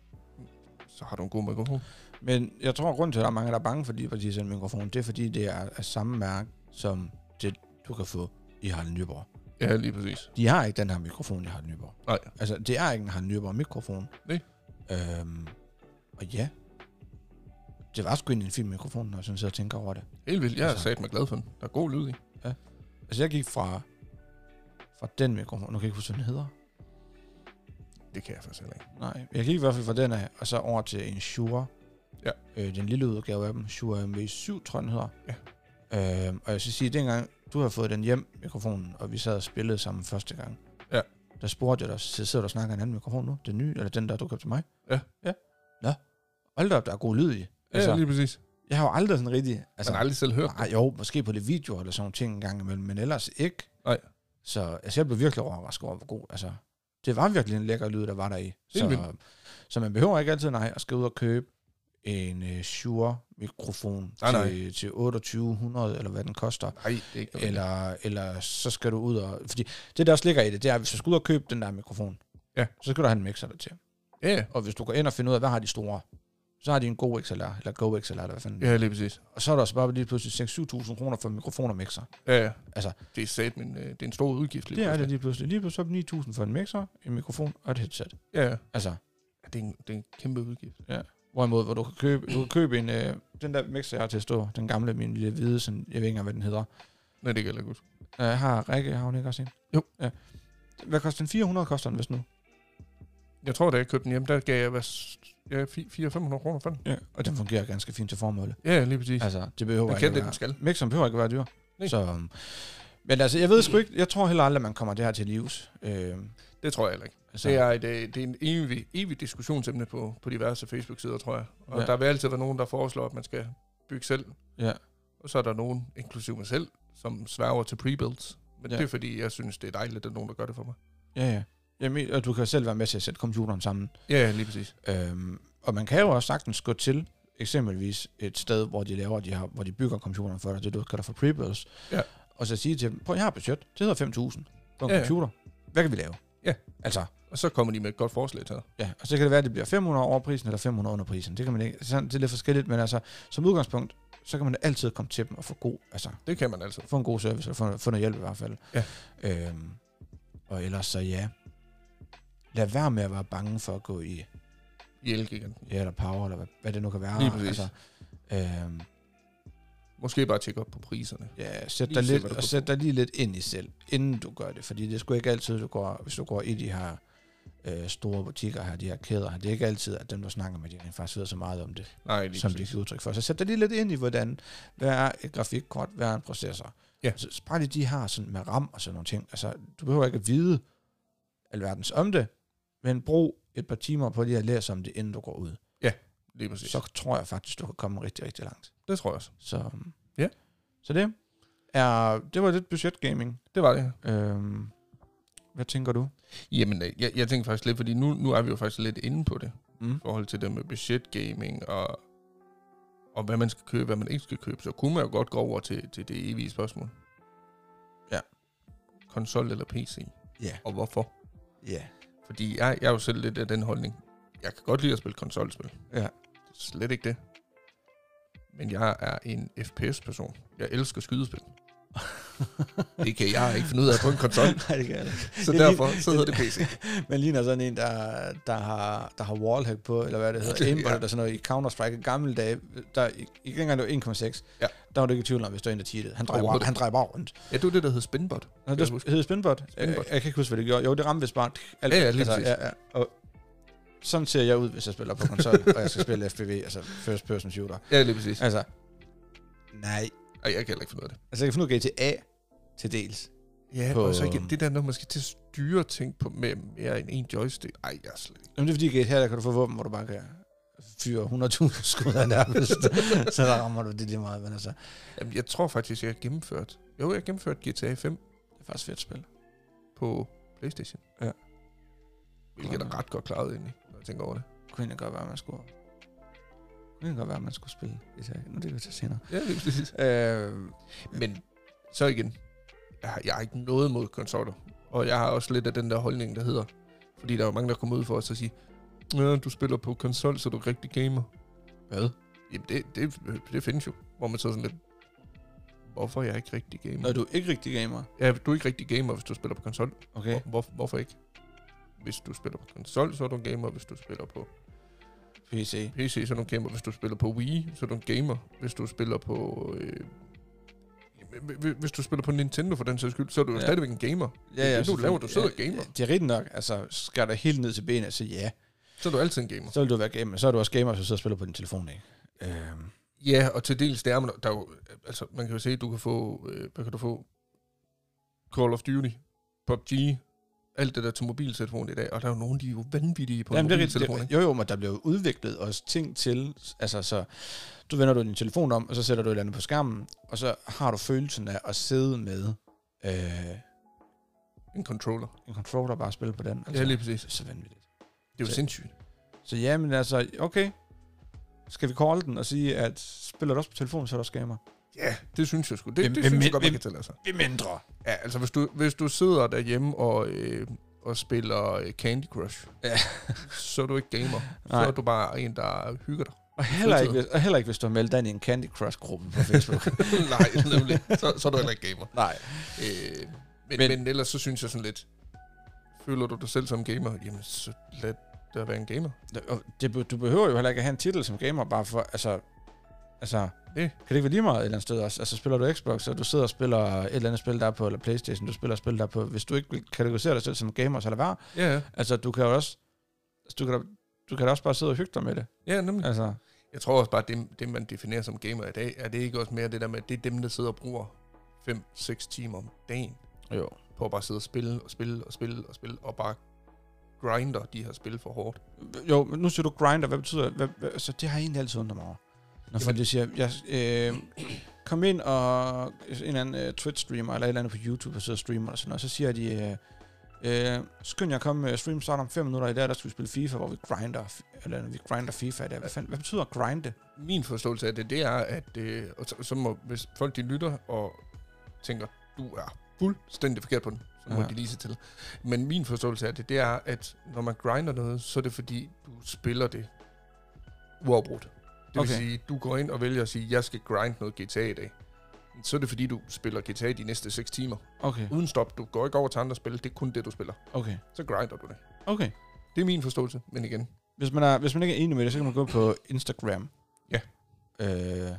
Speaker 2: så har du en god mikrofon.
Speaker 1: Men jeg tror, at grunden til, at der er mange, der er bange for lige præcis den mikrofon, det er, fordi det er af samme mærke, som det, du kan få i Harald Nyborg.
Speaker 2: Ja, lige præcis.
Speaker 1: De har ikke den her mikrofon i Harald Nyborg.
Speaker 2: Nej.
Speaker 1: Altså, det er ikke en Harald Nyborg-mikrofon.
Speaker 2: Nej.
Speaker 1: Øhm, og ja, det var sgu egentlig en fin mikrofon, når jeg sådan sidder og tænker over det.
Speaker 2: Helt vildt. Jeg er
Speaker 1: Altså.
Speaker 2: sat mig glad for den. Der er god lyd i.
Speaker 1: Altså, jeg gik fra, fra den mikrofon, nu kan jeg ikke huske, hvad den hedder.
Speaker 2: Det kan jeg faktisk heller ikke.
Speaker 1: Nej, jeg gik i hvert fald fra den af, og så over til en Shure.
Speaker 2: Ja.
Speaker 1: Øh, den lille udgave af dem, Shure MV7, tror jeg, den hedder. Ja. Øh, og jeg skal sige, at dengang du har fået den hjem, mikrofonen, og vi sad og spillede sammen første gang.
Speaker 2: Ja.
Speaker 1: Der spurgte jeg dig, "Så sidder du og snakker i en anden mikrofon nu? Den nye, eller den der, du købte til mig?
Speaker 2: Ja.
Speaker 1: Ja. Hold da op, der er god lyd i.
Speaker 2: Altså, ja,
Speaker 1: Altså,
Speaker 2: lige præcis.
Speaker 1: jeg har jo aldrig sådan rigtig...
Speaker 2: Altså,
Speaker 1: Altså,
Speaker 2: Man har aldrig selv hørt
Speaker 1: nej, jo, måske på det video eller sådan nogle ting engang imellem, men ellers ikke.
Speaker 2: Nej.
Speaker 1: Så altså, jeg blev virkelig overrasket over, hvor god... Altså, det var virkelig en lækker lyd, der var der i.
Speaker 2: Helt
Speaker 1: Så, så man behøver ikke altid nej, at skal ud og købe en øh, Shure mikrofon
Speaker 2: Nej, nej.
Speaker 1: til, til 2800, eller hvad den koster.
Speaker 2: Nej, det er ikke noget.
Speaker 1: Eller, eller så skal du ud og... Fordi det, der også ligger i det, det er, at hvis du skal ud og købe den der mikrofon,
Speaker 2: Ja.
Speaker 1: så skal du have en mixer der til.
Speaker 2: Ja, ja.
Speaker 1: Og hvis du går ind og finder ud af, hvad har de store, så har de en god XLR, eller Go XLR, eller hvad fanden. Ja.
Speaker 2: ja, lige præcis.
Speaker 1: Og så er der også bare lige pludselig 6-7.000 kroner for en mikrofon og mixer.
Speaker 2: Ja, ja.
Speaker 1: Altså-
Speaker 2: det er sat, men øh, det er en stor udgift. Lige
Speaker 1: Det er det
Speaker 2: pludselig.
Speaker 1: lige pludselig. Lige pludselig så er det 9.000 for en mixer, en mikrofon og et headset.
Speaker 2: Ja, ja.
Speaker 1: Altså,
Speaker 2: Ja, det er, en, det er en kæmpe udgift.
Speaker 1: hvorimod, hvor du kan købe, du kan købe en, øh, den der mixer, jeg har til at stå, den gamle, min lille hvide, sådan, jeg ved ikke engang, hvad den hedder.
Speaker 2: Nej, det kan jeg heller ikke huske.
Speaker 1: Øh, har Rikke, har hun ikke også en?
Speaker 2: Jo.
Speaker 1: Ja. Hvad koster den? 400 koster den, hvis nu.
Speaker 2: Jeg tror, da jeg købte den hjem, der gav jeg, hvad, s- ja, 400-500 kroner for den.
Speaker 1: Ja. Og den fungerer ganske fint til formålet.
Speaker 2: Ja, ja, lige præcis. Altså,
Speaker 1: Altså, det behøver
Speaker 2: den
Speaker 1: ikke
Speaker 2: kan
Speaker 1: at
Speaker 2: det,
Speaker 1: være-
Speaker 2: den skal.
Speaker 1: Mixeren behøver ikke at være dyr.
Speaker 2: Nej.
Speaker 1: Så, øhm, men altså, jeg ved sgu ikke, jeg tror heller aldrig, at man kommer det her til livs. Øh,
Speaker 2: Det tror jeg heller ikke.
Speaker 1: altså,
Speaker 2: Det er, et, øh, det er en evig, evig diskussionsemne på, på diverse Facebook-sider, tror jeg. Og
Speaker 1: Ja.
Speaker 2: ja. der vil altid være nogen, der foreslår, at man skal bygge selv.
Speaker 1: Ja.
Speaker 2: Og så er der nogen, inklusive mig selv, som sværger til pre-builds. Men
Speaker 1: Ja.
Speaker 2: ja. det er fordi, jeg synes, det er dejligt, at der er nogen, der gør det for mig.
Speaker 1: Ja, ja. Jamen, og du kan selv være med til at sætte computeren sammen.
Speaker 2: Ja, ja, lige præcis.
Speaker 1: Øhm, og man kan jo også sagtens gå til eksempelvis et sted, hvor de laver de her, hvor de bygger computeren for dig, det du kalder for pre
Speaker 2: Ja.
Speaker 1: Og så sige til dem, prøv, jeg har et budget, det hedder 5.000 på en
Speaker 2: Ja,
Speaker 1: ja,
Speaker 2: ja.
Speaker 1: computer. Hvad kan vi lave?
Speaker 2: Ja.
Speaker 1: Altså,
Speaker 2: Og så kommer de med et godt forslag til dig.
Speaker 1: ja. Og så kan det være, at det bliver 500 over prisen, eller 500 under prisen. Det kan man ikke. Sådan, det er lidt forskelligt, men altså, som udgangspunkt, så kan man altid komme til dem og få god, altså,
Speaker 2: Det kan man altså.
Speaker 1: få en god service, eller få, få noget hjælp i hvert fald.
Speaker 2: Ja.
Speaker 1: Øhm, og ellers så ja, lad være med at være bange for at gå i
Speaker 2: I Elgiganten.
Speaker 1: ja, eller power, eller hvad, hvad det nu kan være.
Speaker 2: Lige præcis.
Speaker 1: Altså, øhm,
Speaker 2: Måske bare tjekke op på priserne.
Speaker 1: ja, sæt
Speaker 2: Lige
Speaker 1: dig,
Speaker 2: se,
Speaker 1: lidt,
Speaker 2: hvad du
Speaker 1: og
Speaker 2: kan
Speaker 1: sæt dig lige lidt ind i selv, inden du gør det, fordi det er sgu ikke altid, du går, hvis du går i de her øh, store butikker her, de her kæder her, det er ikke altid, at dem, du snakker med, de rent faktisk ved så meget om det,
Speaker 2: Nej,
Speaker 1: Lige
Speaker 2: lige
Speaker 1: som de
Speaker 2: præcis.
Speaker 1: giver udtryk for. Så sæt dig lige lidt ind i, hvordan, hvad er et grafikkort, hvad er en processor.
Speaker 2: Ja.
Speaker 1: Så bare lige de her sådan med RAM og sådan nogle ting. Altså, du behøver ikke at vide alverdens om det, men brug et par timer på lige at læse om det, inden du går ud.
Speaker 2: Lige præcis. Så.
Speaker 1: Så tror jeg faktisk, du kan komme rigtig, rigtig langt.
Speaker 2: Det tror jeg også.
Speaker 1: Så, øhm,
Speaker 2: Ja.
Speaker 1: så det, er, det var lidt budgetgaming.
Speaker 2: Det var det.
Speaker 1: Øhm, hvad tænker du?
Speaker 2: Jamen, øh, jeg, jeg tænker faktisk lidt, fordi nu, nu er vi jo faktisk lidt inde på det.
Speaker 1: Mm.
Speaker 2: i forhold til det med budgetgaming og, og hvad man skal købe, hvad man ikke skal købe, så kunne man jo godt gå over til, til det evige spørgsmål.
Speaker 1: Ja.
Speaker 2: Konsol eller PC,
Speaker 1: Ja.
Speaker 2: og hvorfor?
Speaker 1: Ja.
Speaker 2: Fordi jeg, jeg er jo selv lidt af den holdning. Jeg kan godt lide at spille konsolspil.
Speaker 1: Ja.
Speaker 2: Slet ikke det. Men jeg er en FPS-person. Jeg elsker skydespil. Det kan jeg ikke finde ud af på en konsol.
Speaker 1: Nej, det kan jeg ikke.
Speaker 2: Så
Speaker 1: Jeg
Speaker 2: derfor så hedder det PC.
Speaker 1: Man ligner sådan en, der, der, har, der har wallhack på, eller hvad det hedder,
Speaker 2: Ja.
Speaker 1: aimbot eller sådan noget, i Counter-Strike i gamle dage, der, i, i dengang det var 1,6,
Speaker 2: Ja.
Speaker 1: der var du ikke i tvivl om, hvis der var en, der cheatede. Han drejer bare,
Speaker 2: overhovedet
Speaker 1: han drejer bare rundt.
Speaker 2: Ja, det var det, der hed Spinbot.
Speaker 1: Nå,
Speaker 2: jeg
Speaker 1: det
Speaker 2: huske.
Speaker 1: hed Spinbot. Jeg, jeg,
Speaker 2: Spinbot.
Speaker 1: kan ikke huske, hvad det gjorde. Jo, det ramte vist bare. Alt, Altså,
Speaker 2: Ja, ja, lige præcis.
Speaker 1: ja, ja. Og sådan ser jeg ud, hvis jeg spiller på konsol, og jeg skal spille FPV, altså first person shooter.
Speaker 2: Ja, lige præcis.
Speaker 1: Altså, nej.
Speaker 2: Ej, jeg kan heller ikke finde ud af det.
Speaker 1: Altså, jeg kan finde ud af GTA til dels.
Speaker 2: Ja,
Speaker 1: på- øhm,
Speaker 2: på, og så igen, det der, når man skal til at styre ting på med mere end en joystick. Ej, jeg er slet ikke.
Speaker 1: Jamen, det er fordi, i GTA, der kan du få våben, hvor du bare kan fyre 100.000 skud af nærmest. så der rammer du det lige meget, men altså, det
Speaker 2: Jamen, jeg tror faktisk, jeg har gennemført. Jo, jeg har gennemført GTA 5
Speaker 1: er faktisk fedt spil.
Speaker 2: på Playstation.
Speaker 1: Ja.
Speaker 2: Hvilket er ret godt klaret egentlig, når jeg tænker over det.
Speaker 1: Det kunne egentlig godt være, at man skulle... Det kunne egentlig godt være, at man skulle spille GTA. Nu det kan vi tage senere.
Speaker 2: Ja, lige præcis.
Speaker 1: Øh,
Speaker 2: Øhm, Men så igen, jeg har, jeg har ikke noget mod konsoller. Og jeg har også lidt af den der holdning, der hedder. Fordi der er jo mange, der kommer ud for os og siger, ja, du spiller på konsol, så du er rigtig gamer.
Speaker 1: hvad?
Speaker 2: Jamen, det, det, det findes jo. Hvor man så sådan lidt, hvorfor er jeg ikke rigtig gamer?
Speaker 1: Når du er ikke rigtig gamer.
Speaker 2: Ja, du er ikke rigtig gamer, hvis du spiller på konsol.
Speaker 1: Okay.
Speaker 2: Hvor, hvor, hvorfor ikke? Hvis du spiller på konsol, så er du en gamer. Hvis du spiller på
Speaker 1: PC.
Speaker 2: PC, så er du en gamer. Hvis du spiller på Wii, så er du en gamer. Hvis du spiller på... Øh, jamen, hvi- hvis du spiller på Nintendo for den sags skyld, så er du
Speaker 1: Ja.
Speaker 2: ja. stadigvæk en gamer. det, du
Speaker 1: selvfølgelig.
Speaker 2: laver, du sidder
Speaker 1: Ja,
Speaker 2: og gamer.
Speaker 1: Det er rigtigt nok. Altså, skal der helt ned til benet, så ja.
Speaker 2: Så er du altid en gamer.
Speaker 1: Så vil du være gamer. Så er du også gamer, hvis du sidder og spiller på din telefon, ikke? Øh,
Speaker 2: Ja, og til dels det er man, der er jo, altså, man kan jo se, du kan få, øh, hvad kan du få? Call of Duty, PUBG, alt det der til mobiltelefon i dag, og der er jo nogen, de er jo vanvittige på
Speaker 1: Jamen,
Speaker 2: Jamen,
Speaker 1: det er rigtigt.
Speaker 2: mobiltelefon.
Speaker 1: Det-
Speaker 2: Det,
Speaker 1: Jo, jo, men der bliver jo udviklet også ting til, altså så, du vender du din telefon om, og så sætter du et eller andet på skærmen, og så har du følelsen af at sidde med øh,
Speaker 2: en controller.
Speaker 1: en controller og bare spille på den. Altså,
Speaker 2: Ja, lige præcis.
Speaker 1: Det er så vanvittigt.
Speaker 2: Det er jo
Speaker 1: Så-
Speaker 2: sindssygt.
Speaker 1: Så ja, men altså, okay, skal vi call den og sige, at spiller du også på telefon, så er der også gamer?
Speaker 2: Ja, det synes jeg sgu. Det, det,
Speaker 1: Hvem-
Speaker 2: det
Speaker 1: hvem-
Speaker 2: synes jeg godt, man
Speaker 1: hvem-
Speaker 2: kan altså. tillade sig.
Speaker 1: Vi mindre.
Speaker 2: Ja, altså hvis du, hvis du sidder derhjemme og, øh, og spiller øh, Candy Crush,
Speaker 1: Ja.
Speaker 2: så er du ikke gamer.
Speaker 1: Nej.
Speaker 2: Så er du bare en, der hygger dig.
Speaker 1: Og heller ikke, hvis, og heller ikke, hvis du har meldt dig ind i en Candy Crush-gruppe på Facebook.
Speaker 2: Nej, nemlig. Så, så er du heller ikke gamer.
Speaker 1: Nej.
Speaker 2: Øh, men,
Speaker 1: Men-
Speaker 2: men, men ellers så synes jeg sådan lidt, føler du dig selv som gamer? Jamen, så lad dig være en gamer.
Speaker 1: Og det, be- du behøver jo heller ikke at have en titel som gamer, bare for, altså, altså,
Speaker 2: Det.
Speaker 1: kan det ikke være lige meget et eller andet sted også? Altså, spiller du Xbox, og du sidder og spiller et eller andet spil der er på, eller Playstation, du spiller et spil der er på, hvis du ikke vil kategorisere dig selv som gamer, så lad være.
Speaker 2: Ja, ja.
Speaker 1: Altså, du kan jo også, altså, du kan da, du kan da også bare sidde og hygge dig med det.
Speaker 2: ja nemlig. Ja.
Speaker 1: Altså,
Speaker 2: Jeg tror også bare, at det, det, man definerer som gamer i dag, er det ikke også mere det der med, at det er dem, der sidder og bruger 5-6 timer om dagen
Speaker 1: jo.
Speaker 2: på at bare sidde og spille og spille og spille og spille og bare grinder de her spil for hårdt.
Speaker 1: Jo, men nu siger du grinder. Hvad betyder hvad, hvad, altså, det? har jeg egentlig altid undret mig over. Når folk
Speaker 2: Jamen-
Speaker 1: lige siger, jeg, øh, kom ind og en eller anden øh, Twitch-streamer, eller et eller andet på YouTube, og sidder og streamer og sådan noget, så siger de, øh, øh, skynd jer at komme, øh, stream starter om 5 minutter i dag, der skal vi spille FIFA, hvor vi grinder, f- eller vi grinder FIFA i dag. Hvad, fanden, hvad betyder grinde?
Speaker 2: Min forståelse af det, det er, at øh, og så, så må, hvis folk de lytter og tænker, du er fuldstændig forkert på den, så må
Speaker 1: Ja.
Speaker 2: ja. de lige se til. Men min forståelse af det, det er, at når man grinder noget, så er det fordi, du spiller det uafbrudt. Det okay.
Speaker 1: Okay.
Speaker 2: vil sige, du går ind og vælger at sige, jeg skal grind noget GTA i dag. Så er det fordi, du spiller GTA de næste 6 timer.
Speaker 1: Okay,
Speaker 2: Uden stop, du går ikke over til andre spil, det er kun det, du spiller.
Speaker 1: okay,
Speaker 2: Så grinder du det.
Speaker 1: okay.
Speaker 2: Det er min forståelse, men igen,
Speaker 1: Hvis man, er, hvis man ikke er enig med det, så kan man gå på Instagram.
Speaker 2: Ja.
Speaker 1: Øh,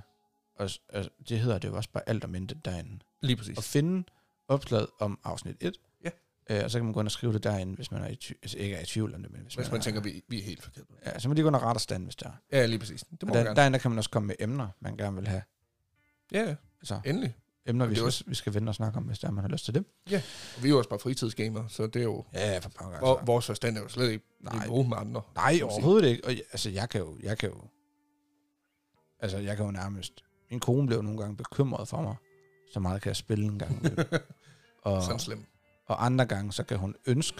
Speaker 1: og, s- og, det hedder det jo også bare alt om intet derinde.
Speaker 2: lige præcis.
Speaker 1: at finde opslaget om afsnit 1.
Speaker 2: Ja.
Speaker 1: Øh, og så kan man gå ind og skrive det derinde, hvis man er i ty- altså, ikke er i tvivl om det. Men hvis,
Speaker 2: Hvis man
Speaker 1: er,
Speaker 2: tænker, vi, vi er helt forkert.
Speaker 1: Ja, så må de gå ind og rette og stand, hvis der er.
Speaker 2: Ja, lige præcis. Det
Speaker 1: Og
Speaker 2: må man
Speaker 1: der,
Speaker 2: gerne.
Speaker 1: derinde der kan man også komme med emner, man gerne vil have.
Speaker 2: Ja, ja,
Speaker 1: Altså
Speaker 2: endelig.
Speaker 1: emner, vi
Speaker 2: det er
Speaker 1: skal,
Speaker 2: også-
Speaker 1: vi skal vende og snakke om, hvis der er, man har lyst til det.
Speaker 2: Vi er jo også bare fritidsgamere, så det er jo...
Speaker 1: Ja, for pokker.
Speaker 2: Hvor,
Speaker 1: Altså.
Speaker 2: vores forstand er jo slet ikke
Speaker 1: Nej,
Speaker 2: niveau med andre.
Speaker 1: nej,
Speaker 2: man sige.
Speaker 1: overhovedet ikke. Og, jeg- altså, jeg kan jo, jeg kan jo, altså, jeg kan jo nærmest, min kone blev nogle gange bekymret for mig, så meget kan jeg spille en gang. imellem. og,
Speaker 2: Sådan slem.
Speaker 1: Og andre gange, så kan hun ønske,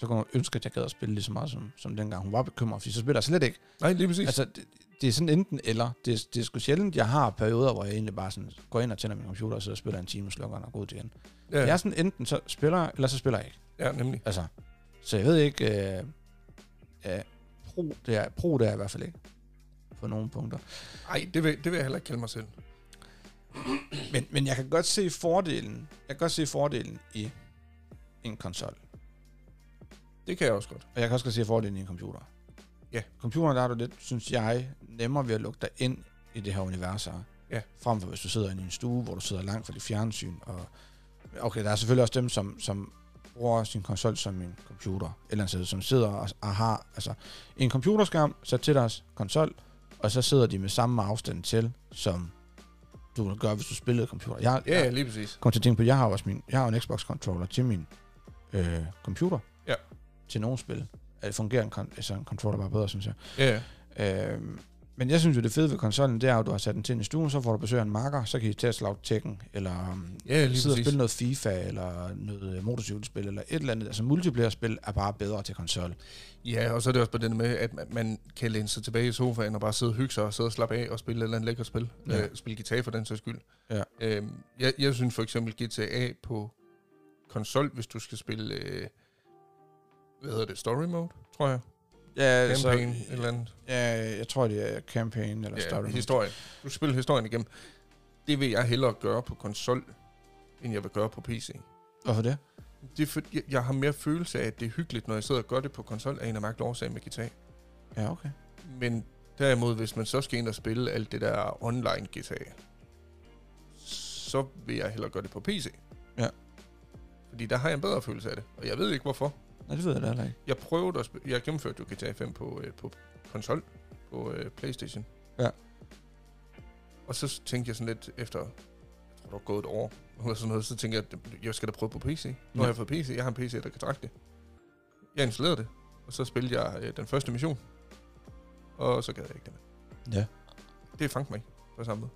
Speaker 1: så kan hun ønske, at jeg gad at spille lige så meget, som, som dengang hun var bekymret, fordi så spiller jeg slet ikke.
Speaker 2: Nej, lige præcis. Altså,
Speaker 1: Altså, det, det er sådan enten eller. Det, er- det er sgu sjældent, jeg har perioder, hvor jeg egentlig bare sådan går ind og tænder min computer, og sidder og spiller en time, slukker den og går ud igen.
Speaker 2: ja,
Speaker 1: Ja. Jeg
Speaker 2: ja.
Speaker 1: er sådan enten, så spiller jeg, eller så spiller jeg ikke.
Speaker 2: ja, nemlig.
Speaker 1: Altså, så jeg ved ikke, øh, ja, pro, det er, pro det er jeg i hvert fald ikke på nogle punkter.
Speaker 2: Nej, det vil, det vil jeg heller ikke kalde mig selv.
Speaker 1: Men, men jeg kan godt se fordelen, jeg kan godt se fordelen i en konsol.
Speaker 2: Det kan jeg også godt.
Speaker 1: Og jeg kan også godt se fordelen i en computer.
Speaker 2: Ja.
Speaker 1: Computeren, der har du lidt, synes jeg, nemmere ved at lukke dig ind i det her univers. her.
Speaker 2: Ja.
Speaker 1: Frem for hvis du sidder inde i en stue, hvor du sidder langt fra dit fjernsyn. Og okay, der er selvfølgelig også dem, som, som bruger sin konsol som en computer. Et Eller andet sted, som sidder og, og har altså, en computerskærm sat til deres konsol, og så sidder de med samme afstand til, som du ville gøre, hvis du spillede computer. Jeg,
Speaker 2: Ja,
Speaker 1: jeg
Speaker 2: ja, lige præcis.
Speaker 1: kom til at tænke på, jeg har også min, jeg har en Xbox-controller til min øh, computer.
Speaker 2: Ja.
Speaker 1: Til nogle spil. Det fungerer en, kon- altså en controller bare bedre, synes jeg.
Speaker 2: Ja, ja.
Speaker 1: Øh, men jeg synes jo, det fede ved konsollen, det er jo, at du har sat den til i stuen, så får du besøg af en marker, så kan I til at slå tækken, eller um,
Speaker 2: Ja, lige
Speaker 1: sidde og
Speaker 2: præcis.
Speaker 1: spille noget FIFA, eller noget øh, motorcykelspil, eller et eller andet. Altså multiplayer-spil er bare bedre til konsol.
Speaker 2: Ja, og så er det også på den med, at man- man kan læne sig tilbage i sofaen og bare sidde og hygge sig og sidde og slappe af og spille et eller andet lækkert spil.
Speaker 1: Ja.
Speaker 2: Ja. Øh, spille guitar for den sags skyld.
Speaker 1: Ja.
Speaker 2: Øhm, jeg, jeg synes for eksempel GTA på konsol, hvis du skal spille, øh, hvad hedder det, story mode, tror jeg.
Speaker 1: Ja,
Speaker 2: Campaign, et eller andet.
Speaker 1: ja, jeg tror, det er campaign, eller
Speaker 2: Ja,
Speaker 1: story. mode.
Speaker 2: historie. Du spiller historien igennem. Det vil jeg hellere gøre på konsol, end jeg vil gøre på PC.
Speaker 1: Hvorfor det?
Speaker 2: Det er for, jeg, jeg har mere følelse af, at det er hyggeligt, når jeg sidder og gør det på konsol, af en af mærkelige årsager med guitar.
Speaker 1: Ja, okay.
Speaker 2: Men derimod, hvis man så skal ind og spille alt det der online GTA, så vil jeg hellere gøre det på PC.
Speaker 1: Ja.
Speaker 2: Fordi der har jeg en bedre følelse af det, og jeg ved ikke hvorfor.
Speaker 1: Nej, det ved jeg da heller ikke.
Speaker 2: Jeg prøvede at spille, jeg gennemførte jo GTA 5 på, øh, på konsol, på øh, Playstation.
Speaker 1: Ja.
Speaker 2: Og så tænkte jeg sådan lidt efter, jeg tror der var gået et år, eller sådan noget, så tænkte jeg, at jeg skal da prøve på PC. Nu har
Speaker 1: Ja.
Speaker 2: jeg fået PC, jeg har en PC, der kan trække det. Jeg installerede det, og så spillede jeg øh, den første mission, og så gad jeg ikke det med.
Speaker 1: Ja.
Speaker 2: Det fangte mig ikke på samme måde.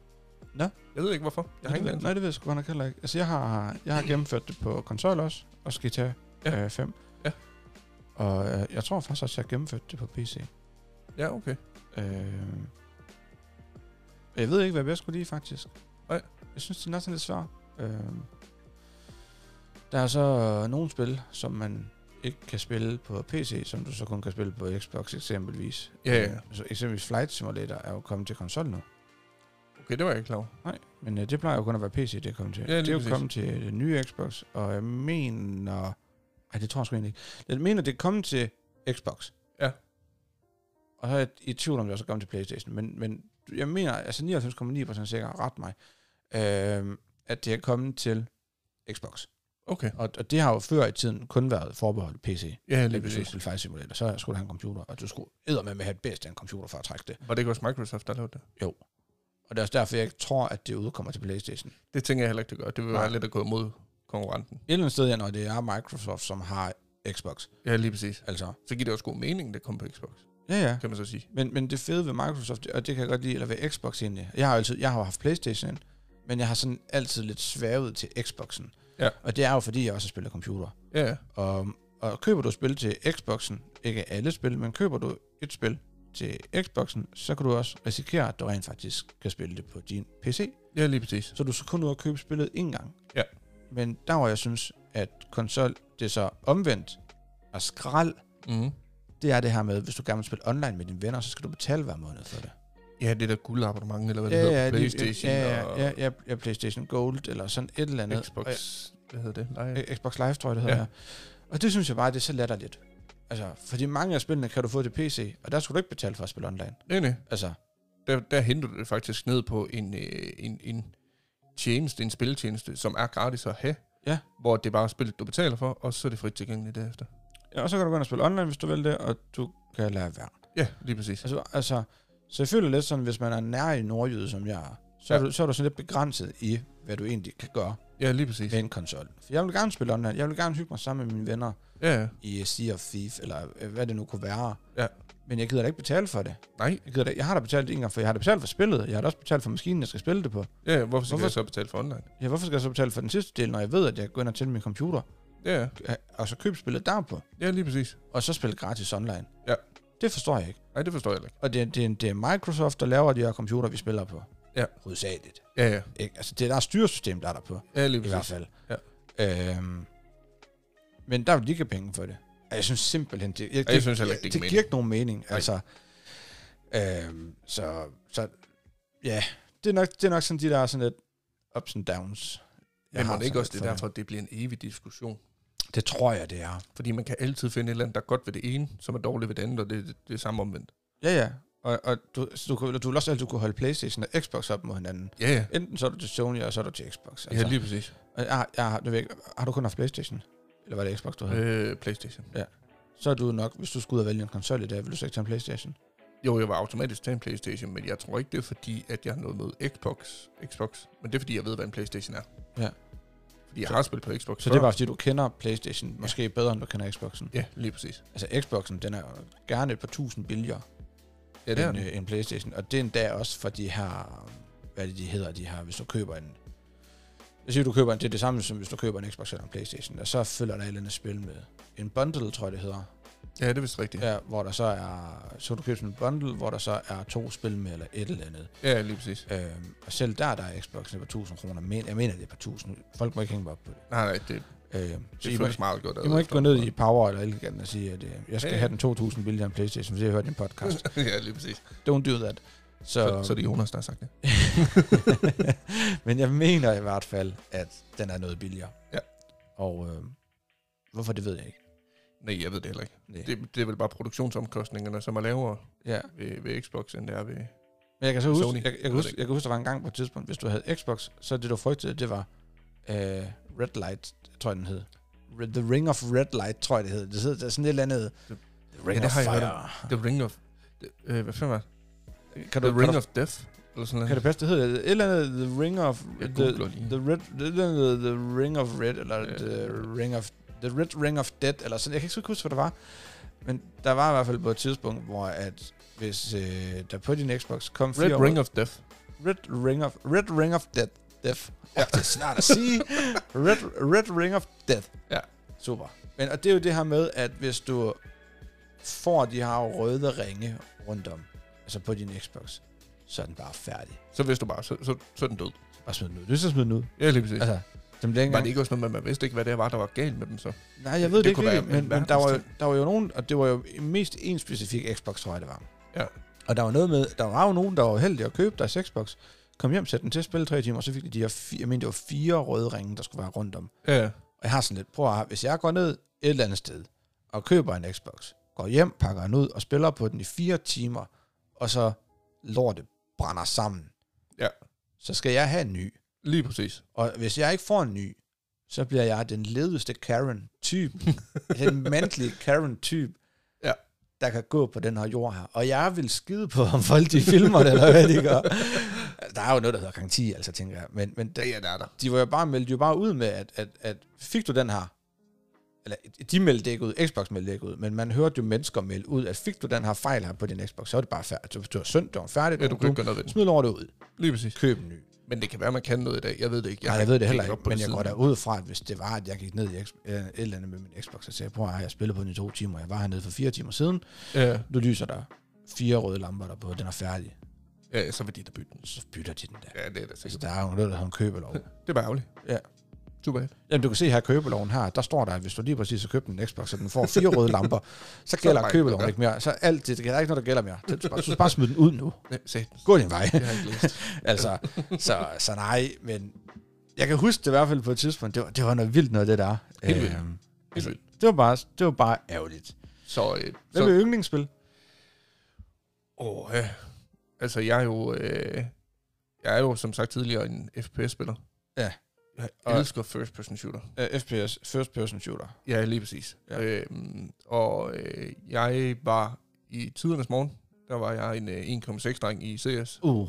Speaker 1: Nå.
Speaker 2: Jeg ved ikke hvorfor. Jeg
Speaker 1: Nej, det
Speaker 2: har ingen
Speaker 1: ved-
Speaker 2: anelse.
Speaker 1: Nej, det ved jeg sgu godt nok heller ikke. Altså, jeg har, jeg har gennemført det på konsol også, og GTA
Speaker 2: Ja.
Speaker 1: ja. øh, 5.
Speaker 2: Ja.
Speaker 1: Og øh, jeg tror faktisk også, jeg har gennemført det på PC.
Speaker 2: Ja, okay.
Speaker 1: Øh, jeg ved ikke, hvad jeg bedst skulle lide, faktisk.
Speaker 2: Nej.
Speaker 1: Jeg synes, det er næsten lidt svært. Øh, der er så nogle spil, som man ikke kan spille på PC, som du så kun kan spille på Xbox eksempelvis.
Speaker 2: Ja, ja, ja.
Speaker 1: Øh, Så eksempelvis Flight Simulator er jo kommet til konsol nu.
Speaker 2: Okay, det var jeg ikke klar over.
Speaker 1: Nej, men øh, det plejer jo kun at være PC, det er kommet til.
Speaker 2: Ja, lige
Speaker 1: det er jo
Speaker 2: præcis.
Speaker 1: kommet til det nye Xbox, og jeg mener... Ej, det tror jeg sgu egentlig ikke. Jeg mener, det er kommet til Xbox.
Speaker 2: Ja.
Speaker 1: Og så er jeg i tvivl om, det også er kommet til Playstation. Men, men jeg mener, altså 99,9% sikkert, ret mig, øh, at det er kommet til Xbox.
Speaker 2: Okay.
Speaker 1: Og, og det har jo før i tiden kun været forbeholdt PC.
Speaker 2: Ja,
Speaker 1: Lige
Speaker 2: lige
Speaker 1: hvis du
Speaker 2: præcis.
Speaker 1: skulle spille simulator, så skulle du have en computer, og du skulle med at have et bedst af en computer for at trække det.
Speaker 2: Var det ikke også Microsoft, der lavede det?
Speaker 1: Og det er også derfor, jeg ikke tror, at det udkommer til Playstation.
Speaker 2: Det tænker jeg heller ikke, det gør. Det vil være
Speaker 1: Nej.
Speaker 2: lidt at gå imod konkurrenten.
Speaker 1: et eller andet sted, ja, når det er Microsoft, som har Xbox.
Speaker 2: Ja, lige præcis.
Speaker 1: Altså,
Speaker 2: Så giver det også god mening, det kom på Xbox,
Speaker 1: ja, ja.
Speaker 2: kan man så sige.
Speaker 1: Men, men det fede ved Microsoft, og det kan jeg godt lide, eller ved Xbox egentlig. Jeg har jo altid, jeg har jo haft Playstation, ind, men jeg har sådan altid lidt svævet til Xboxen.
Speaker 2: Ja.
Speaker 1: Og det er jo, fordi jeg også spiller computer.
Speaker 2: Ja, ja.
Speaker 1: Og, og køber du et spil til Xboxen, ikke alle spil, men køber du et spil til Xboxen, så kan du også risikere, at du rent faktisk kan spille det på din PC.
Speaker 2: ja lige præcis.
Speaker 1: Så er du så kun ud og købe spillet en gang.
Speaker 2: Ja.
Speaker 1: Men der hvor jeg synes, at konsol, det er så omvendt og skrald,
Speaker 2: Mm-hmm.
Speaker 1: det er det her med, hvis du gerne vil spille online med dine venner, så skal du betale hver måned for det.
Speaker 2: Ja, det der guldabonnement, eller hvad det hedder, på
Speaker 1: lige-
Speaker 2: Playstation
Speaker 1: ja, ja,
Speaker 2: og
Speaker 1: ja, ja, ja, Playstation Gold eller sådan et eller andet.
Speaker 2: Xbox,
Speaker 1: Og,
Speaker 2: hvad hedder det? Nej.
Speaker 1: ja, Xbox Live, tror jeg, det hedder.
Speaker 2: Ja.
Speaker 1: Ja. Og det synes jeg bare, det er så latterligt. Altså, fordi mange af spillene kan du få til PC, og der skulle du ikke betale for at spille online.
Speaker 2: Nej, nej.
Speaker 1: Altså,
Speaker 2: Der, der henter du det faktisk ned på en, øh, en, en tjeneste, en spiltjeneste, som er gratis at have.
Speaker 1: Ja.
Speaker 2: Hvor det er bare spillet, du betaler for, og så er det frit tilgængeligt derefter.
Speaker 1: ja, og så kan du gå ind og spille online, hvis du vil det, og du kan lade være.
Speaker 2: Ja, lige præcis.
Speaker 1: Altså, altså så jeg føler lidt sådan, hvis man er nær i nordjyde, som jeg er, så, ja. er
Speaker 2: Ja.
Speaker 1: du, så er du sådan lidt begrænset i, hvad du egentlig kan gøre
Speaker 2: Ja, lige præcis.
Speaker 1: med en konsol. For jeg vil gerne spille online, jeg vil gerne hygge mig sammen med mine venner
Speaker 2: Ja, ja.
Speaker 1: i Sea of Thief, eller øh, hvad det nu kunne være.
Speaker 2: Ja.
Speaker 1: Men jeg gider da ikke betale for det.
Speaker 2: Nej.
Speaker 1: Jeg, gider da, jeg har da betalt en gang for, jeg har da betalt for spillet, jeg har da også betalt for maskinen, jeg skal spille det på.
Speaker 2: Ja, ja. Hvorfor skal
Speaker 1: Hvorfor-
Speaker 2: jeg så betale for online?
Speaker 1: Ja, hvorfor skal jeg så betale for den sidste del, når jeg ved, at jeg går ind og til min computer,
Speaker 2: Ja, ja.
Speaker 1: øh, og så købe spillet derpå,
Speaker 2: Ja, lige præcis.
Speaker 1: og så spille gratis online?
Speaker 2: Ja.
Speaker 1: Det forstår jeg ikke.
Speaker 2: Nej, det forstår jeg heller ikke.
Speaker 1: Og det, er- det, er- det er Microsoft, der laver de her computer, vi spiller på.
Speaker 2: Ja.
Speaker 1: Hovedsageligt.
Speaker 2: Ja, ja.
Speaker 1: Ikke? Altså, det er der styresystem, der er der på,
Speaker 2: Ja, lige
Speaker 1: i hvert
Speaker 2: præcis.
Speaker 1: fald. Ja. Øhm, men der vil de ikke have penge for det. Og Jeg synes simpelthen, det, jeg,
Speaker 2: jeg synes heller ikke, det
Speaker 1: det,
Speaker 2: giver
Speaker 1: giver ikke nogen mening. Altså, øhm, så, så ja, det er, nok, det er nok sådan de der sådan lidt ups and downs. jeg
Speaker 2: Men
Speaker 1: har
Speaker 2: må det ikke
Speaker 1: sådan lidt
Speaker 2: også det
Speaker 1: for
Speaker 2: er derfor, at det bliver en evig diskussion?
Speaker 1: Det tror jeg, det er.
Speaker 2: Fordi man kan altid finde et eller andet, der er godt ved det ene, som er dårligt ved det andet, og det, det, det er samme omvendt.
Speaker 1: Ja, ja. Og, og du, så du, kunne, du vil også altid kunne holde Playstation og Xbox op mod hinanden.
Speaker 2: Ja, ja.
Speaker 1: Enten så er du til Sony, og så er du til Xbox. altså.
Speaker 2: Ja, lige præcis.
Speaker 1: Og jeg, har- jeg, har- det ved jeg, ikke, har du kun haft Playstation? Eller var det Xbox, du havde?
Speaker 2: Øh, Playstation.
Speaker 1: så er du nok, hvis du skulle ud og vælge en konsol i dag, vil du så ikke tage en Playstation.
Speaker 2: Jo, jeg var automatisk til en Playstation, men jeg tror ikke, det er fordi, at jeg har noget med Xbox. Xbox. Men det er fordi, jeg ved, hvad en Playstation er.
Speaker 1: Ja.
Speaker 2: Fordi jeg har spillet på Xbox
Speaker 1: Så det er bare fordi, du kender Playstation måske bedre, end du kender Xboxen.
Speaker 2: Ja, lige præcis.
Speaker 1: Altså Xboxen, den er jo gerne et par tusind billigere
Speaker 2: Ja, det er
Speaker 1: ja, end,
Speaker 2: det.
Speaker 1: øh, end Playstation. Og det er endda også for de her, hvad er det de hedder, de her, hvis du køber en... Jeg siger, du køber en, det er det samme, som hvis du køber en Xbox eller en Playstation, og så følger der et eller andet spil med. En bundle, tror jeg det hedder.
Speaker 2: Ja, det er vist rigtigt. Ja,
Speaker 1: Ja, hvor der så er... Så du køber sådan en bundle, hvor der så er to spil med, eller et eller andet.
Speaker 2: ja lige præcis.
Speaker 1: Øhm, og selv der, der er Xboxen på 1000 kroner. Men, jeg mener, det er på 1000. Folk må ikke hænge mig op på det.
Speaker 2: Nej, nej, det,
Speaker 1: Øh, så I
Speaker 2: det
Speaker 1: må,
Speaker 2: føles meget godt.
Speaker 1: I må ikke gå ned i Power eller Elgiganten og sige, at øh, jeg skal
Speaker 2: Ja, ja.
Speaker 1: have den 2.000 billigere end Playstation, fordi jeg hørte din podcast.
Speaker 2: ja, lige præcis.
Speaker 1: Don't do that.
Speaker 2: Så,
Speaker 1: Så,
Speaker 2: så er det Jonas, der har sagt det.
Speaker 1: Men jeg mener i hvert fald, at den er noget billigere.
Speaker 2: Ja.
Speaker 1: Og øh, hvorfor, det ved jeg ikke.
Speaker 2: Nej, jeg ved det heller ikke.
Speaker 1: Nej.
Speaker 2: Det, det er vel bare produktionsomkostningerne, som er lavere
Speaker 1: Ja.
Speaker 2: ved, ved Xbox, end det er ved...
Speaker 1: Men jeg kan så huske,
Speaker 2: Sony.
Speaker 1: jeg, jeg, kan
Speaker 2: Jeg ved det
Speaker 1: huske,
Speaker 2: ikke.
Speaker 1: jeg kan huske, der var en gang på et tidspunkt, hvis du havde Xbox, så det du frygtede, det var øh, Red Light, tror jeg den hed. Red- The Ring of Red Light, tror jeg det hed. Det hedder det er sådan et eller andet...
Speaker 2: The-
Speaker 1: The Ring
Speaker 2: Ja, det
Speaker 1: of
Speaker 2: har jeg
Speaker 1: Fire.
Speaker 2: The Ring of... The, øh, hvad fanden var det?
Speaker 1: Kan
Speaker 2: The Ring
Speaker 1: kan
Speaker 2: of Death. Eller sådan
Speaker 1: Kan det
Speaker 2: noget.
Speaker 1: passe, det hedder et eller andet The Ring of...
Speaker 2: Jeg
Speaker 1: the,
Speaker 2: googler lige.
Speaker 1: the, red, det hedder the Ring of Red, eller
Speaker 2: Ja.
Speaker 1: The Ring of... The Red Ring of Dead, eller sådan. Jeg kan ikke så huske, hvad det var. Men der var i hvert fald på et tidspunkt, hvor at hvis øh, der på din Xbox kom fire
Speaker 2: Red
Speaker 1: år-
Speaker 2: Ring of Death.
Speaker 1: Red Ring of... Red Ring of Death. Death. Ja. Det er snart at sige. Red, Red Ring of Death.
Speaker 2: Ja.
Speaker 1: Super. Men og det er jo det her med, at hvis du får de her røde ringe rundt om, altså på din Xbox, så er den bare færdig.
Speaker 2: Så vidste du bare, så, så, så er den død.
Speaker 1: Bare smid den ud. Du skal smide den ud.
Speaker 2: Ja, lige præcis. Altså,
Speaker 1: Altså, som dengang,
Speaker 2: var det ikke også noget med, at man vidste ikke, hvad det var, der var galt med dem så?
Speaker 1: Nej, jeg ved det,
Speaker 2: det
Speaker 1: det ikke
Speaker 2: kunne
Speaker 1: rigtigt,
Speaker 2: være en
Speaker 1: men, men der, var jo,
Speaker 2: verdensting.
Speaker 1: der var jo nogen, og det var jo mest en specifik Xbox, tror jeg, det var.
Speaker 2: Ja.
Speaker 1: Og der var noget med, der var jo nogen, der var heldige at købe deres Xbox, kom hjem, sætte den til at spille tre timer, og så fik de de her fire, jeg mener, det var fire røde ringe, der skulle være rundt om.
Speaker 2: Ja, ja.
Speaker 1: Og jeg har sådan lidt, prøv at høre, hvis jeg går ned et eller andet sted, og køber en Xbox, går hjem, pakker den ud, og spiller på den i fire timer, og så lortet brænder sammen,
Speaker 2: Ja.
Speaker 1: så skal jeg have en ny.
Speaker 2: Lige præcis.
Speaker 1: Og hvis jeg ikke får en ny, så bliver jeg den ledeste Karen-type. den mandlige Karen-type,
Speaker 2: Ja.
Speaker 1: der kan gå på den her jord her. Og jeg vil skide på, om folk de filmer det, eller hvad de gør. Altså, Der er jo noget, der hedder garanti, altså tænker jeg. Men, men
Speaker 2: Ja,
Speaker 1: det,
Speaker 2: ja, der er der.
Speaker 1: de var jo bare meldt jo bare ud med, at, at, at fik du den her, eller de meldte det ikke ud, Xbox meldte det ikke ud, men man hørte jo mennesker melde ud, at fik du den her fejl her på din Xbox, så er det bare færdigt. Så hvis du har synd, det var færdigt,
Speaker 2: Ja, du kan ikke gøre noget ved den.
Speaker 1: smid lortet ud,
Speaker 2: Lige præcis.
Speaker 1: køb en ny.
Speaker 2: Men det kan være, man kan noget i dag. Jeg ved det ikke.
Speaker 1: Jeg Nej,
Speaker 2: har
Speaker 1: jeg ved det heller
Speaker 2: kigget
Speaker 1: ikke,
Speaker 2: op på
Speaker 1: men
Speaker 2: det
Speaker 1: jeg går
Speaker 2: siden.
Speaker 1: da ud fra, at hvis det var, at jeg gik ned i X- øh, et eller andet med min Xbox, og sagde, prøv at høre, jeg spillet på den i to timer, jeg var hernede for fire timer siden,
Speaker 2: Ja,
Speaker 1: nu lyser der fire røde lamper der på, den er færdig,
Speaker 2: ja, så vil de da bytte den.
Speaker 1: så bytter de den der.
Speaker 2: Ja, det er da
Speaker 1: Altså,
Speaker 2: sikkert.
Speaker 1: der er jo noget, der hedder en købelov.
Speaker 2: Det var ærgerligt.
Speaker 1: Ja.
Speaker 2: Super.
Speaker 1: Jamen, du kan se her i købeloven her, der står der, at hvis du lige præcis har købt en Xbox, og den får fire røde lamper, så
Speaker 2: er der
Speaker 1: gælder
Speaker 2: bare ikke noget
Speaker 1: købeloven
Speaker 2: at
Speaker 1: ikke mere. Så alt det, der er ikke noget, der gælder mere. Det, du, skal bare, du skal bare smide den ud nu.
Speaker 2: Ja, sæt.
Speaker 1: Gå din vej.
Speaker 2: Det har jeg ikke læst.
Speaker 1: altså, så, så nej, men jeg kan huske det i hvert fald på et tidspunkt. Det var, det var noget vildt noget, det der.
Speaker 2: Helt vildt.
Speaker 1: Øhm,
Speaker 2: Helt
Speaker 1: altså,
Speaker 2: vildt.
Speaker 1: det, var bare, det var bare ærgerligt.
Speaker 2: Så, øh, så
Speaker 1: Hvad med yndlingsspil?
Speaker 2: Åh, ja. Altså, jeg er jo... Øh, jeg er jo, som sagt tidligere, en FPS-spiller.
Speaker 1: Ja.
Speaker 2: Jeg
Speaker 1: Og-
Speaker 2: elsker first-person shooter.
Speaker 1: Uh, FPS, first person shooter.
Speaker 2: Ja, lige præcis.
Speaker 1: Ja.
Speaker 2: Ja. Øhm, og øh, jeg var i tidernes morgen, der var jeg en øh, 1,6-dreng i CS.
Speaker 1: Uh,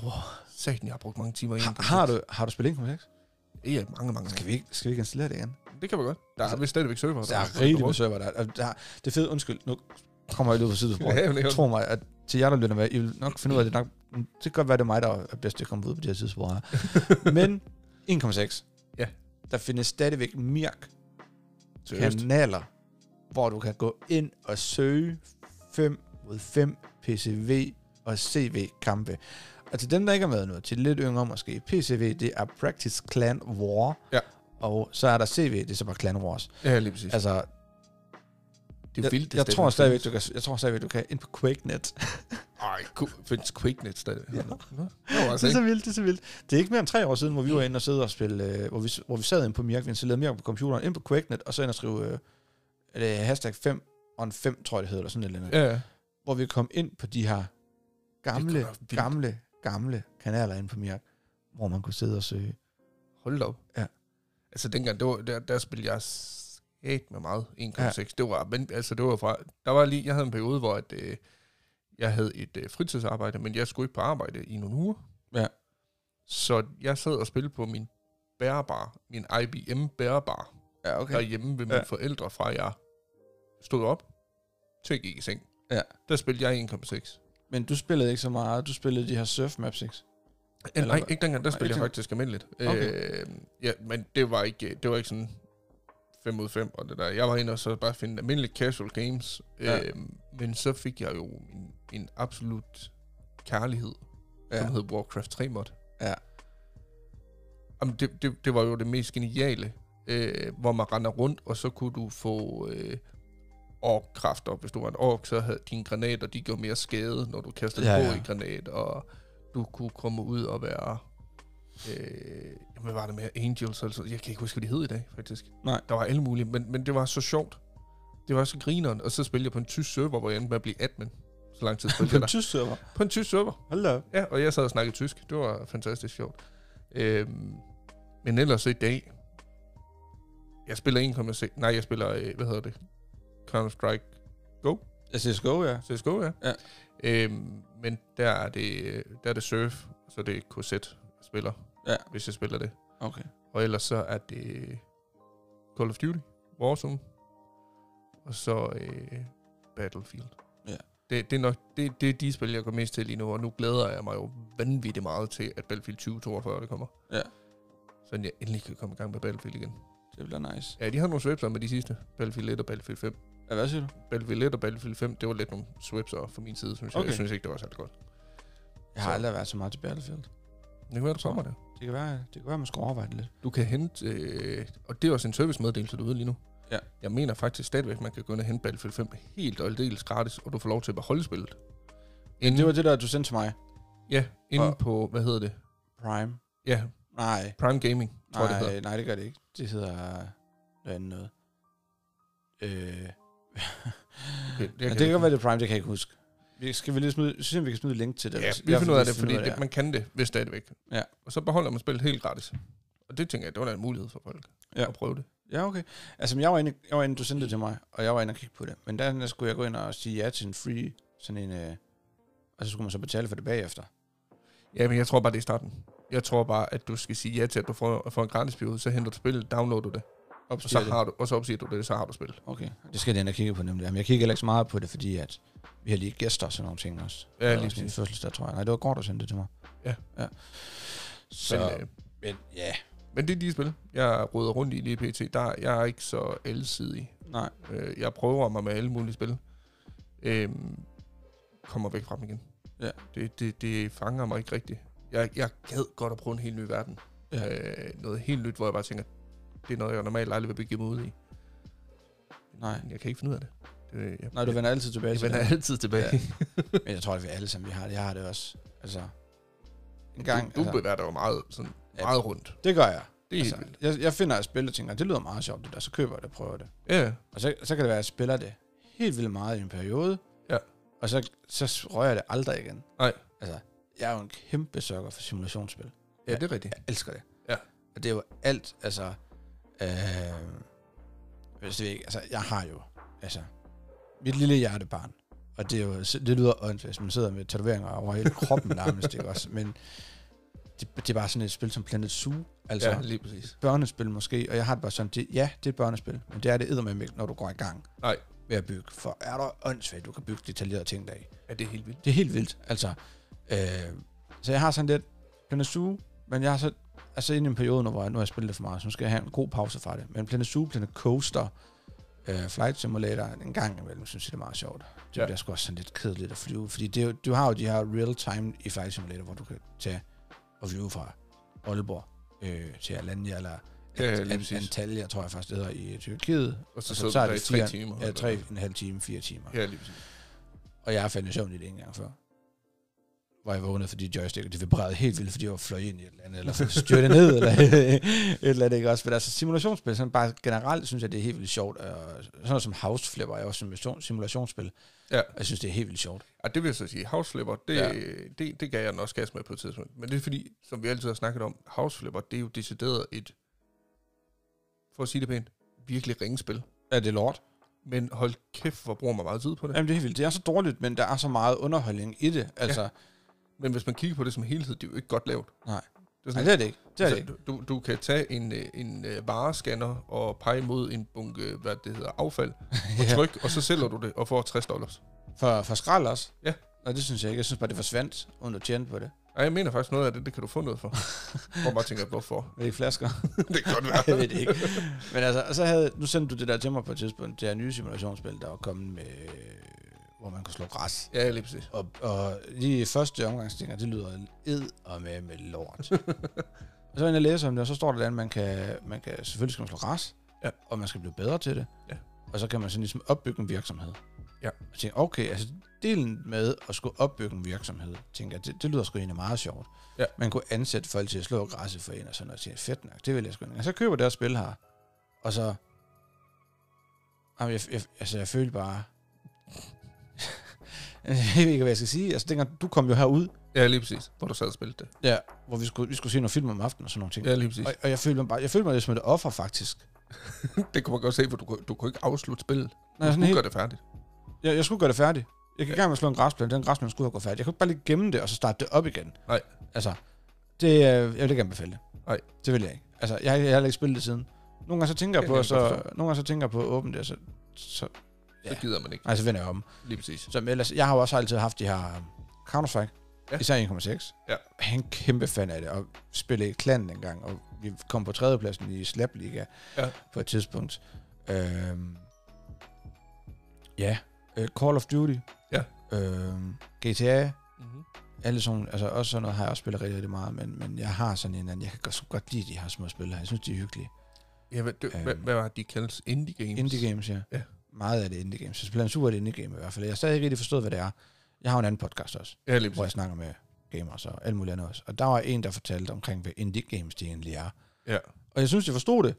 Speaker 2: Sagten, jeg har brugt mange timer i
Speaker 1: har,
Speaker 2: 1,6.
Speaker 1: har, du, har du spillet 1.6?
Speaker 2: Ja, mange, mange.
Speaker 1: Skal vi ikke, skal vi ikke installere det igen?
Speaker 2: Det kan vi godt. Der er
Speaker 1: Altså,
Speaker 2: vist stadigvæk server.
Speaker 1: Der er rigtig med server der. Og der. Det er fedt, undskyld, nu kommer jeg ud på sidesporet.
Speaker 2: Ja, men det er jo-
Speaker 1: Tro mig, at til jer, der lytter med, I vil nok finde ud af, at det nok, det kan godt være, det er mig, der er bedst til at komme ud på de her sidespor her. Men 1,6.
Speaker 2: Ja.
Speaker 1: Der findes stadigvæk Mirk
Speaker 2: Seriøst.
Speaker 1: kanaler, hvor du kan gå ind og søge 5 mod 5 PCV og CV-kampe. Og til dem, der ikke er med nu, til lidt yngre måske, PCV, det er Practice Clan War.
Speaker 2: Ja.
Speaker 1: Og så er der CV, det er så bare Clan Wars.
Speaker 2: Ja, lige præcis.
Speaker 1: Altså,
Speaker 2: det er
Speaker 1: jeg,
Speaker 2: vildt. det
Speaker 1: jeg, tror
Speaker 2: findes.
Speaker 1: stadigvæk, du kan, jeg tror stadigvæk, du kan ind på QuakeNet.
Speaker 2: Ej, ku- findes QuakeNet stadigvæk.
Speaker 1: Ja.
Speaker 2: Ja. Det var
Speaker 1: det
Speaker 2: altså
Speaker 1: er
Speaker 2: ikke.
Speaker 1: så vildt, det er så vildt. Det er ikke mere end tre år siden, hvor vi var inde og sidde og spille, øh, hvor, vi, hvor vi sad inde på Mirk, vi installerede Mirk på computeren, ind på QuakeNet, og så ind og skrive øh, er det hashtag 5 on 5, tror jeg det hedder, eller sådan et eller andet.
Speaker 2: Ja, ja.
Speaker 1: hvor vi kom ind på de her
Speaker 2: Det
Speaker 1: gamle,
Speaker 2: er godt nok vildt.
Speaker 1: gamle, gamle kanaler inde på Mirk, hvor man kunne sidde og søge.
Speaker 2: Hold da op.
Speaker 1: Ja.
Speaker 2: Altså dengang, det var, der, der spillede jeg sat med meget 1,6. Ja. Det var, men, altså det var fra, der var lige, jeg havde en periode, hvor at, øh, jeg havde et øh, fritidsarbejde, men jeg skulle ikke på arbejde i nogle uger.
Speaker 1: Ja.
Speaker 2: Så jeg sad og spillede på min bærbar, min IBM bærbar,
Speaker 1: Ja,
Speaker 2: okay. derhjemme ved mine
Speaker 1: Ja.
Speaker 2: ja. forældre, fra jeg stod op til jeg gik i seng.
Speaker 1: Ja.
Speaker 2: Der spillede jeg 1,6.
Speaker 1: Men du spillede ikke så meget. Du spillede de her surf maps, ikke?
Speaker 2: Eh, Nej,
Speaker 1: hvad?
Speaker 2: ikke dengang, der
Speaker 1: Nej,
Speaker 2: spillede
Speaker 1: ikke
Speaker 2: jeg faktisk almindeligt.
Speaker 1: Okay.
Speaker 2: Øh, ja, men det var ikke, det var ikke sådan 5 ud 5 og det der. Jeg var inde og så bare finde almindelige casual games.
Speaker 1: Ja.
Speaker 2: Ja. Øh, men så fik jeg jo en, en absolut kærlighed, ja. som
Speaker 1: Ja.
Speaker 2: hed Warcraft 3 mod.
Speaker 1: Ja.
Speaker 2: Jamen, det, det, det var jo det mest geniale, øh, hvor man render rundt, og så kunne du få øh, orkkræfter. Hvis du var en ork, så havde dine granater, de gjorde mere skade, når du kastede
Speaker 1: Ja,
Speaker 2: ja,
Speaker 1: ja.
Speaker 2: ja. i granat, og du kunne komme ud og være... Øh, jamen, hvad var det med Angels? Altså, jeg kan ikke huske, hvad de hed i dag, faktisk.
Speaker 1: Nej.
Speaker 2: Der var alle mulige, men, men det var så sjovt. Det var så grineren, og så spillede jeg på en tysk server, hvor jeg endte med at blive admin. Så lang tid spillede
Speaker 1: På
Speaker 2: jeg
Speaker 1: en
Speaker 2: der.
Speaker 1: tysk server.
Speaker 2: På en tysk server.
Speaker 1: Hold da op.
Speaker 2: Ja, og jeg sad og snakkede tysk. Det var fantastisk sjovt. Øhm, men ellers så i dag... Jeg spiller 1,6... Nej, jeg spiller... øh, Hvad hedder det? Counter-Strike
Speaker 1: Jeg siger go, ja.
Speaker 2: CSGO, ja.
Speaker 1: Ja.
Speaker 2: Øhm, men der er det, øh, der er det surf, så det er KZ, jeg spiller,
Speaker 3: Ja.
Speaker 2: hvis jeg spiller det.
Speaker 3: Okay.
Speaker 2: Og ellers så er det Call of Duty, Warzone, og så øh, Battlefield.
Speaker 3: Ja.
Speaker 2: Det, det, er nok, det, det er de spil, jeg går mest til lige nu, og nu glæder jeg mig jo vanvittigt meget til, at Battlefield 2042 det kommer.
Speaker 3: Ja.
Speaker 2: Så jeg endelig kan komme i gang med Battlefield igen.
Speaker 3: Det bliver nice.
Speaker 2: Ja, de har nogle swipser med de sidste. Battlefield 1 og Battlefield 5.
Speaker 3: Ja, hvad siger du?
Speaker 2: Battlefield 1 og Battlefield 5, det var lidt nogle swipser fra min side, synes okay. jeg.
Speaker 3: Okay.
Speaker 2: Jeg synes ikke, det var særlig godt.
Speaker 1: Jeg har
Speaker 2: Så-
Speaker 1: aldrig været så meget til Battlefield.
Speaker 2: Det kan være, du sommer det.
Speaker 1: Det kan være, det kan være man skal overveje det lidt.
Speaker 2: Du kan hente, øh, og det er også en servicemeddelelse, du er ude lige nu.
Speaker 3: Ja.
Speaker 2: Jeg mener faktisk stadigvæk, man kan gå ind og hente Battlefield 5 helt og aldeles gratis, og du får lov til at beholde spillet. Inden,
Speaker 1: Det var det, der du sendte til mig.
Speaker 2: ja, inde
Speaker 1: Og-
Speaker 2: på, hvad hedder det?
Speaker 1: Prime.
Speaker 2: Ja,
Speaker 1: Nej,
Speaker 2: Prime Gaming, tror jeg, det hedder.
Speaker 1: nej, nej, det gør det ikke. Det hedder noget andet noget. Øh.
Speaker 2: Okay,
Speaker 1: Det,
Speaker 2: jeg
Speaker 1: det kan godt være, det er Prime, det kan jeg ikke huske. Vi skal vi lige smide, synes, jeg, vi kan smide et link til det.
Speaker 2: Ja,
Speaker 1: hvis- i
Speaker 2: vi
Speaker 1: hvert
Speaker 2: finder ud
Speaker 1: fald,
Speaker 2: af det,
Speaker 1: hvis vi
Speaker 2: fordi
Speaker 1: finder ud af
Speaker 2: det, man kan det, hvis stadigvæk.
Speaker 1: Ja.
Speaker 2: Og så beholder man spillet helt gratis. Og det tænker jeg, det var da en mulighed for folk
Speaker 1: Ja.
Speaker 2: at prøve det.
Speaker 1: Ja, okay. Altså, jeg var inde, jeg var inde du sendte det til mig, og jeg var inde og kigge på det. Men der skulle jeg gå ind og sige ja til en free, sådan en, øh, og så skulle man så betale for det bagefter.
Speaker 2: Ja, men jeg tror bare, det er starten. Jeg tror bare, at du skal sige ja til, at du får, får en gratis periode, så henter du spillet, downloader du det, og så,
Speaker 1: Opstiger det.
Speaker 2: har du, og så opsiger du det, så har du spillet.
Speaker 1: Okay, det skal jeg ind og kigge på nemlig. Jamen, jeg kigger heller ikke så meget på det, fordi at vi har lige gæster og sådan nogle ting også.
Speaker 2: Ja,
Speaker 1: lige
Speaker 2: lige
Speaker 1: sådan en
Speaker 2: præcis.
Speaker 1: fødselsdag, tror jeg. Nej, det var godt, du sendte det til mig.
Speaker 2: Ja.
Speaker 1: ja.
Speaker 2: Men,
Speaker 1: Så,
Speaker 2: øh,
Speaker 1: men, ja,
Speaker 2: Men det er de spil, jeg råder rundt i lige pt. Der, jeg er ikke så alsidig.
Speaker 1: nej.
Speaker 2: Øh, Jeg prøver mig med alle mulige spil. Øhm, kommer væk fra dem igen.
Speaker 1: Ja.
Speaker 2: Det, det, det fanger mig ikke rigtigt. Jeg, jeg gad godt at prøve en helt ny verden.
Speaker 1: Ja.
Speaker 2: Øh, noget helt nyt, hvor jeg bare tænker, det er noget, jeg normalt aldrig vil begive mig ud i.
Speaker 1: Nej.
Speaker 2: Men jeg kan ikke finde ud af det. det jeg,
Speaker 1: Nej, du
Speaker 2: jeg,
Speaker 1: vender altid tilbage
Speaker 2: jeg
Speaker 1: til
Speaker 2: vender
Speaker 1: det.
Speaker 2: altid tilbage. Ja.
Speaker 1: Men jeg tror, at vi alle sammen, vi har det. Jeg har det også. Altså, en gang,
Speaker 2: du, du
Speaker 1: altså,
Speaker 2: bevæger dig jo meget, sådan,
Speaker 1: Ja.
Speaker 2: meget rundt.
Speaker 1: det gør jeg.
Speaker 2: Det er altså.
Speaker 1: Altså,
Speaker 2: helt vildt.
Speaker 1: jeg, jeg finder et spil og tænker, det lyder meget sjovt det der, så køber jeg det og prøver det.
Speaker 2: Ja,
Speaker 1: Og så, så kan det være, at jeg spiller det helt vildt meget i en periode,
Speaker 2: Ja.
Speaker 1: og så, så rører jeg det aldrig igen.
Speaker 2: Nej.
Speaker 1: Altså, jeg er jo en kæmpe sukker for simulationsspil.
Speaker 2: ja, det er rigtigt.
Speaker 1: Jeg elsker det.
Speaker 2: Ja.
Speaker 1: Og det er jo alt, altså... Øh, hvis det ikke, altså, jeg har jo, altså... Mit lille hjertebarn, og det er jo, det lyder åndssvagt, man sidder med tatoveringer over hele kroppen nærmest, ikke også? Men det, det, er bare sådan et spil som Planet Zoo, altså
Speaker 2: Ja, lige præcis.
Speaker 1: et børnespil måske, og jeg har det bare sådan, det, ja, det er et børnespil, men det er det eddermame ikke, når du går i gang
Speaker 2: Nej.
Speaker 1: med at bygge, for er der åndssvagt, du kan bygge detaljerede ting der i.
Speaker 2: Ja, det er helt vildt.
Speaker 1: Det er helt vildt, altså. Øh, så jeg har sådan lidt, Planet Zoo, men jeg har så, altså inde i en periode nu, hvor jeg, nu har jeg spillet det for meget, så nu skal jeg have en god pause fra det. Men Planet Zoo, Planet Coaster, øh, Flight Simulator, en gang imellem, synes jeg det er meget sjovt. Det
Speaker 2: Ja.
Speaker 1: ja. bliver sgu også sådan lidt kedeligt at flyve, fordi det, er jo- du har jo de her real-time i Flight Simulator, hvor du kan tage og flyve fra Aalborg øh, til Alanya, eller
Speaker 2: Ja, ja, lige
Speaker 1: Ant-
Speaker 2: præcis.
Speaker 1: Antalya, tror jeg faktisk det hedder, i Tyrkiet.
Speaker 2: Og så,
Speaker 1: Og Altså, så
Speaker 2: sidder
Speaker 1: tager
Speaker 2: du der i
Speaker 1: det
Speaker 2: tre
Speaker 1: fire-
Speaker 2: timer.
Speaker 1: Ja, tre, en halv time, fire timer.
Speaker 2: Ja, lige præcis.
Speaker 1: Og jeg har faldet i søvn i det en gang før. Hvor jeg vågnede, fordi joysticket det vibrerede helt vildt, fordi jeg var fløjet ind i et eller andet, eller styrte ned, eller et eller andet, ikke også? Men altså simulationsspil, sådan bare generelt, synes jeg, det er helt vildt sjovt. Og sådan noget som House Flipper er jo også simulation, simulationsspil,
Speaker 2: Ja.
Speaker 1: og jeg synes, det er helt vildt sjovt.
Speaker 2: Og det vil jeg så sige, houseflipper, det,
Speaker 1: Ja.
Speaker 2: ja. det, det gav jeg den også gas med på et tidspunkt. Men det er fordi, som vi altid har snakket om, houseflipper, det er jo decideret et, for at sige det pænt, virkelig ringespil.
Speaker 1: Ja, det er lort.
Speaker 2: Men hold kæft, hvor bruger man meget tid på det. Ja.
Speaker 1: Jamen, det er helt vildt. Det er så dårligt, men der er så meget underholdning i det. Altså, ja.
Speaker 2: Men hvis man kigger på det som helhed, det er jo ikke godt lavet.
Speaker 1: Nej.
Speaker 2: Det
Speaker 1: nej,
Speaker 2: er sådan,
Speaker 1: det er det ikke. Det er det
Speaker 2: altså,
Speaker 1: ikke.
Speaker 2: du- du, du kan tage en, øh, en øh, varescanner og pege mod en bunke, hvad det hedder, affald,
Speaker 1: Ja.
Speaker 2: tryk, og så sælger du det og får 60 dollars.
Speaker 1: For, for skrald også.
Speaker 2: Ja.
Speaker 1: Nej, det synes jeg ikke. Jeg synes bare, det forsvandt, under tjente på det.
Speaker 2: Og jeg mener faktisk, noget af det, det kan du få noget for. Hvor man tænker, hvorfor?
Speaker 1: Er det ikke flasker?
Speaker 2: det kan godt
Speaker 1: Nej, jeg
Speaker 2: være.
Speaker 1: ved det ikke. Men altså, og så havde, nu sendte du det der til mig på et tidspunkt, det her nye simulationsspil, der var kommet med, øh, hvor man kunne slå græs.
Speaker 2: Ja, lige præcis.
Speaker 1: Og, og lige i første omgang så tænker jeg, det lyder ed og med, med lort. og så når jeg læser om det, og så står der, at man kan, man kan, selvfølgelig skal man slå græs,
Speaker 2: Ja.
Speaker 1: og man skal blive bedre til det.
Speaker 2: Ja.
Speaker 1: Og så kan man sådan ligesom opbygge en virksomhed.
Speaker 2: Ja.
Speaker 1: Og tænker, okay, altså delen med at skulle opbygge en virksomhed, tænker jeg, det, det lyder sgu egentlig meget sjovt
Speaker 2: Ja.
Speaker 1: man kunne ansætte folk til at slå græsset for en og sådan noget. Så fedt nok, det vil jeg sgu ikke. Og så køber jeg deres spil her, og så... Jamen, jeg, jeg, altså, jeg følte bare... jeg ved ikke, hvad jeg skal sige. Altså, dengang, du kom jo herud,
Speaker 2: Ja, lige præcis. Hvor du sad og spillede det.
Speaker 1: ja, hvor vi skulle, vi skulle se nogle film om aftenen og sådan nogle ting.
Speaker 2: Ja, lige præcis.
Speaker 1: og, og, jeg følte mig bare, jeg følte mig lidt som et offer, faktisk.
Speaker 2: Det kunne man godt se, for du, kunne- du kunne ikke afslutte spillet.
Speaker 1: Når jeg,
Speaker 2: Du
Speaker 1: sådan
Speaker 2: helt...
Speaker 1: helt,
Speaker 2: gør det færdigt.
Speaker 1: jeg, jeg skulle gøre det færdigt. Jeg kan i gang med at slå en græsplæne, den græsplæne skulle have gået færdig. Jeg kunne ikke bare lige gemme det, og så starte det op igen.
Speaker 2: Nej.
Speaker 1: Altså, det, øh, jeg vil ikke anbefale det.
Speaker 2: Nej.
Speaker 1: Det vil jeg ikke. Altså, jeg, har- jeg har heller ikke spillet det siden. Nogle gange så tænker jeg
Speaker 2: Det
Speaker 1: på,
Speaker 2: kan
Speaker 1: og
Speaker 2: jeg godt
Speaker 1: så, nogle gange så tænker jeg på at åbne det, og så, så,
Speaker 2: Så
Speaker 1: Ja.
Speaker 2: gider man ikke.
Speaker 1: nej, så vender jeg om.
Speaker 2: Lige præcis.
Speaker 1: Som ellers, jeg har jo også altid haft de her øhm, Counter-Strike,
Speaker 2: Ja.
Speaker 1: ja. især 1.6.
Speaker 2: Ja.
Speaker 1: Jeg er en kæmpe fan af det, og spillede i klan dengang, og vi kom på tredjepladsen i Slap Liga
Speaker 2: Ja.
Speaker 1: på et tidspunkt. Øhm, ja, øh, Call of Duty,
Speaker 2: Ja.
Speaker 1: øhm, GTA,
Speaker 2: Mm-hmm.
Speaker 1: alle sådan, altså også sådan noget har jeg også spillet rigtig, rigtig meget, men, men jeg har sådan en eller anden, jeg kan godt, sgu godt lide de her små spil her, jeg synes de er hyggelige.
Speaker 2: Ja, hvad, det, hvad,
Speaker 1: Øhm.
Speaker 2: hvad var det, de kaldes? Indie games?
Speaker 1: Indie games, ja.
Speaker 2: Ja.
Speaker 1: Meget af det er indie games. Jeg spiller en super indie game i hvert fald. Jeg har stadig ikke rigtig forstået, hvad det er. Jeg har jo en anden podcast også.
Speaker 2: Ja,
Speaker 1: hvor
Speaker 2: lige præcis.
Speaker 1: jeg snakker med gamers og alt muligt andet også. Og der var en, der fortalte omkring, hvad indie games det egentlig er.
Speaker 2: Ja.
Speaker 1: Og jeg synes, jeg forstod det.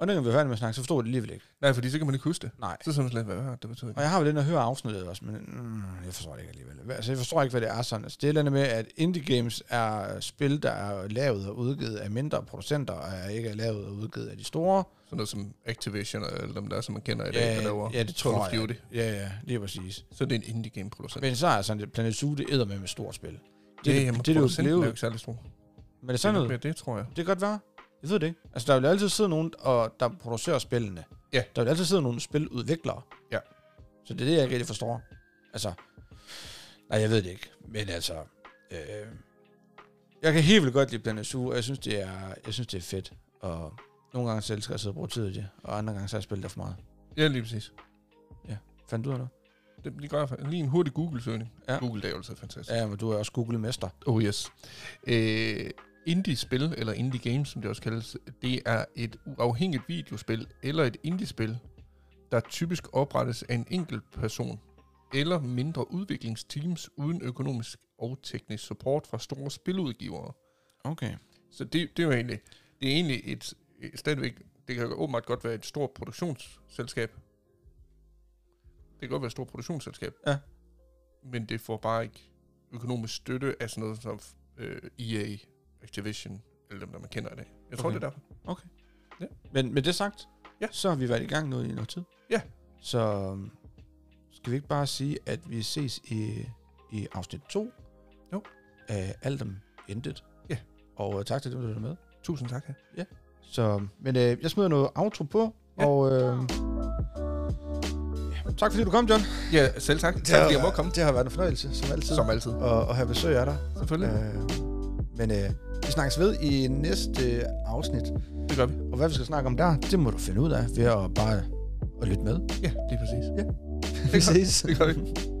Speaker 1: Og når vi var færdige med at snakke, så forstod jeg det alligevel ikke.
Speaker 2: Nej, fordi så kan man ikke huske det.
Speaker 1: Nej.
Speaker 2: Så er sådan lidt, hvad var det, det betyder?
Speaker 1: Og jeg har jo lidt at høre afsnittet også, men mm, jeg forstår det ikke alligevel. Hvad- Altså, jeg forstår ikke, hvad det er sådan. Altså, det er et eller andet med, at indie games er spil, der er lavet og udgivet af mindre producenter, og er ikke er lavet og udgivet af de store.
Speaker 2: Sådan noget som Activision og alle dem der, som man kender i dag,
Speaker 1: Ja,
Speaker 2: der laver
Speaker 1: ja, det
Speaker 2: Call
Speaker 1: tror
Speaker 2: of
Speaker 1: jeg.
Speaker 2: Duty.
Speaker 1: Ja, ja, lige præcis.
Speaker 2: Så er det en indie game producent.
Speaker 1: Men så er sådan et Planet Zoo, det æder med med stort spil. Det,
Speaker 2: ja,
Speaker 1: det,
Speaker 2: jamen,
Speaker 1: det, det, er jo
Speaker 2: producenten er jo
Speaker 1: blevet.
Speaker 2: ikke særlig stor.
Speaker 1: Men det er
Speaker 2: Det er
Speaker 1: sådan
Speaker 2: nok
Speaker 1: noget,
Speaker 2: mere det, tror jeg.
Speaker 1: Det kan godt være. Jeg ved det ikke. Altså, der vil altid sidde nogen, og der producerer spillene.
Speaker 2: Ja.
Speaker 1: Der vil altid sidde nogle spiludviklere.
Speaker 2: Ja.
Speaker 1: Så det er det, jeg ikke rigtig forstår. Altså, nej, jeg ved det ikke. Men altså, øh, jeg kan helt vildt godt lide Planet Zoo, og jeg synes, det er, jeg synes, det er fedt. Og nogle gange selv skal jeg sidde og bruge tid i det, og andre gange så har jeg spillet der for meget.
Speaker 2: Ja, lige præcis.
Speaker 1: Fandt du ud af det?
Speaker 2: Det lige, gør, lige en hurtig Google-søgning.
Speaker 1: Ja.
Speaker 2: Google, det er jo altid fantastisk.
Speaker 1: Ja, men du er også Google-mester.
Speaker 2: Oh yes. Øh, indie-spil, eller indie-game, som det også kaldes, det er et uafhængigt videospil eller et indie-spil, der typisk oprettes af en enkelt person eller mindre udviklingsteams uden økonomisk og teknisk support fra store spiludgivere.
Speaker 1: Okay.
Speaker 2: Så det, det er jo egentlig, det er egentlig et, et stadigvæk, det kan jo åbenbart godt være et stort produktionsselskab. Det kan godt være et stort produktionsselskab.
Speaker 1: Ja.
Speaker 2: Men det får bare ikke økonomisk støtte af sådan noget som øh, EA, Activision, eller dem, der man kender i dag. Jeg tror,
Speaker 1: Okay.
Speaker 2: det er derfor.
Speaker 1: Men med det sagt,
Speaker 2: Ja.
Speaker 1: ja. så har vi været i gang nu i noget tid.
Speaker 2: Ja.
Speaker 1: Så øhm, skal vi ikke bare sige, at vi ses i, i afsnit 2
Speaker 2: Jo.
Speaker 1: af Alt om Intet.
Speaker 2: Ja.
Speaker 1: Og øh, tak til dem, der lyttede med.
Speaker 2: Tusind tak. Ja.
Speaker 1: Så, men øh, jeg smider noget outro på,
Speaker 2: Ja.
Speaker 1: ja. og øh, ja. tak fordi du kom, John.
Speaker 2: ja, selv tak. Tak, fordi jeg må komme.
Speaker 1: Det har været en fornøjelse, som altid,
Speaker 2: Som altid.
Speaker 1: og, og have besøg af dig.
Speaker 2: Selvfølgelig. Ja.
Speaker 1: Øh, men øh, vi snakkes ved i næste afsnit.
Speaker 2: Det gør vi.
Speaker 1: Og hvad vi skal snakke om der, det må du finde ud af ved at bare at lytte med.
Speaker 2: Ja, lige præcis.
Speaker 1: Præcis.
Speaker 2: Det gør vi.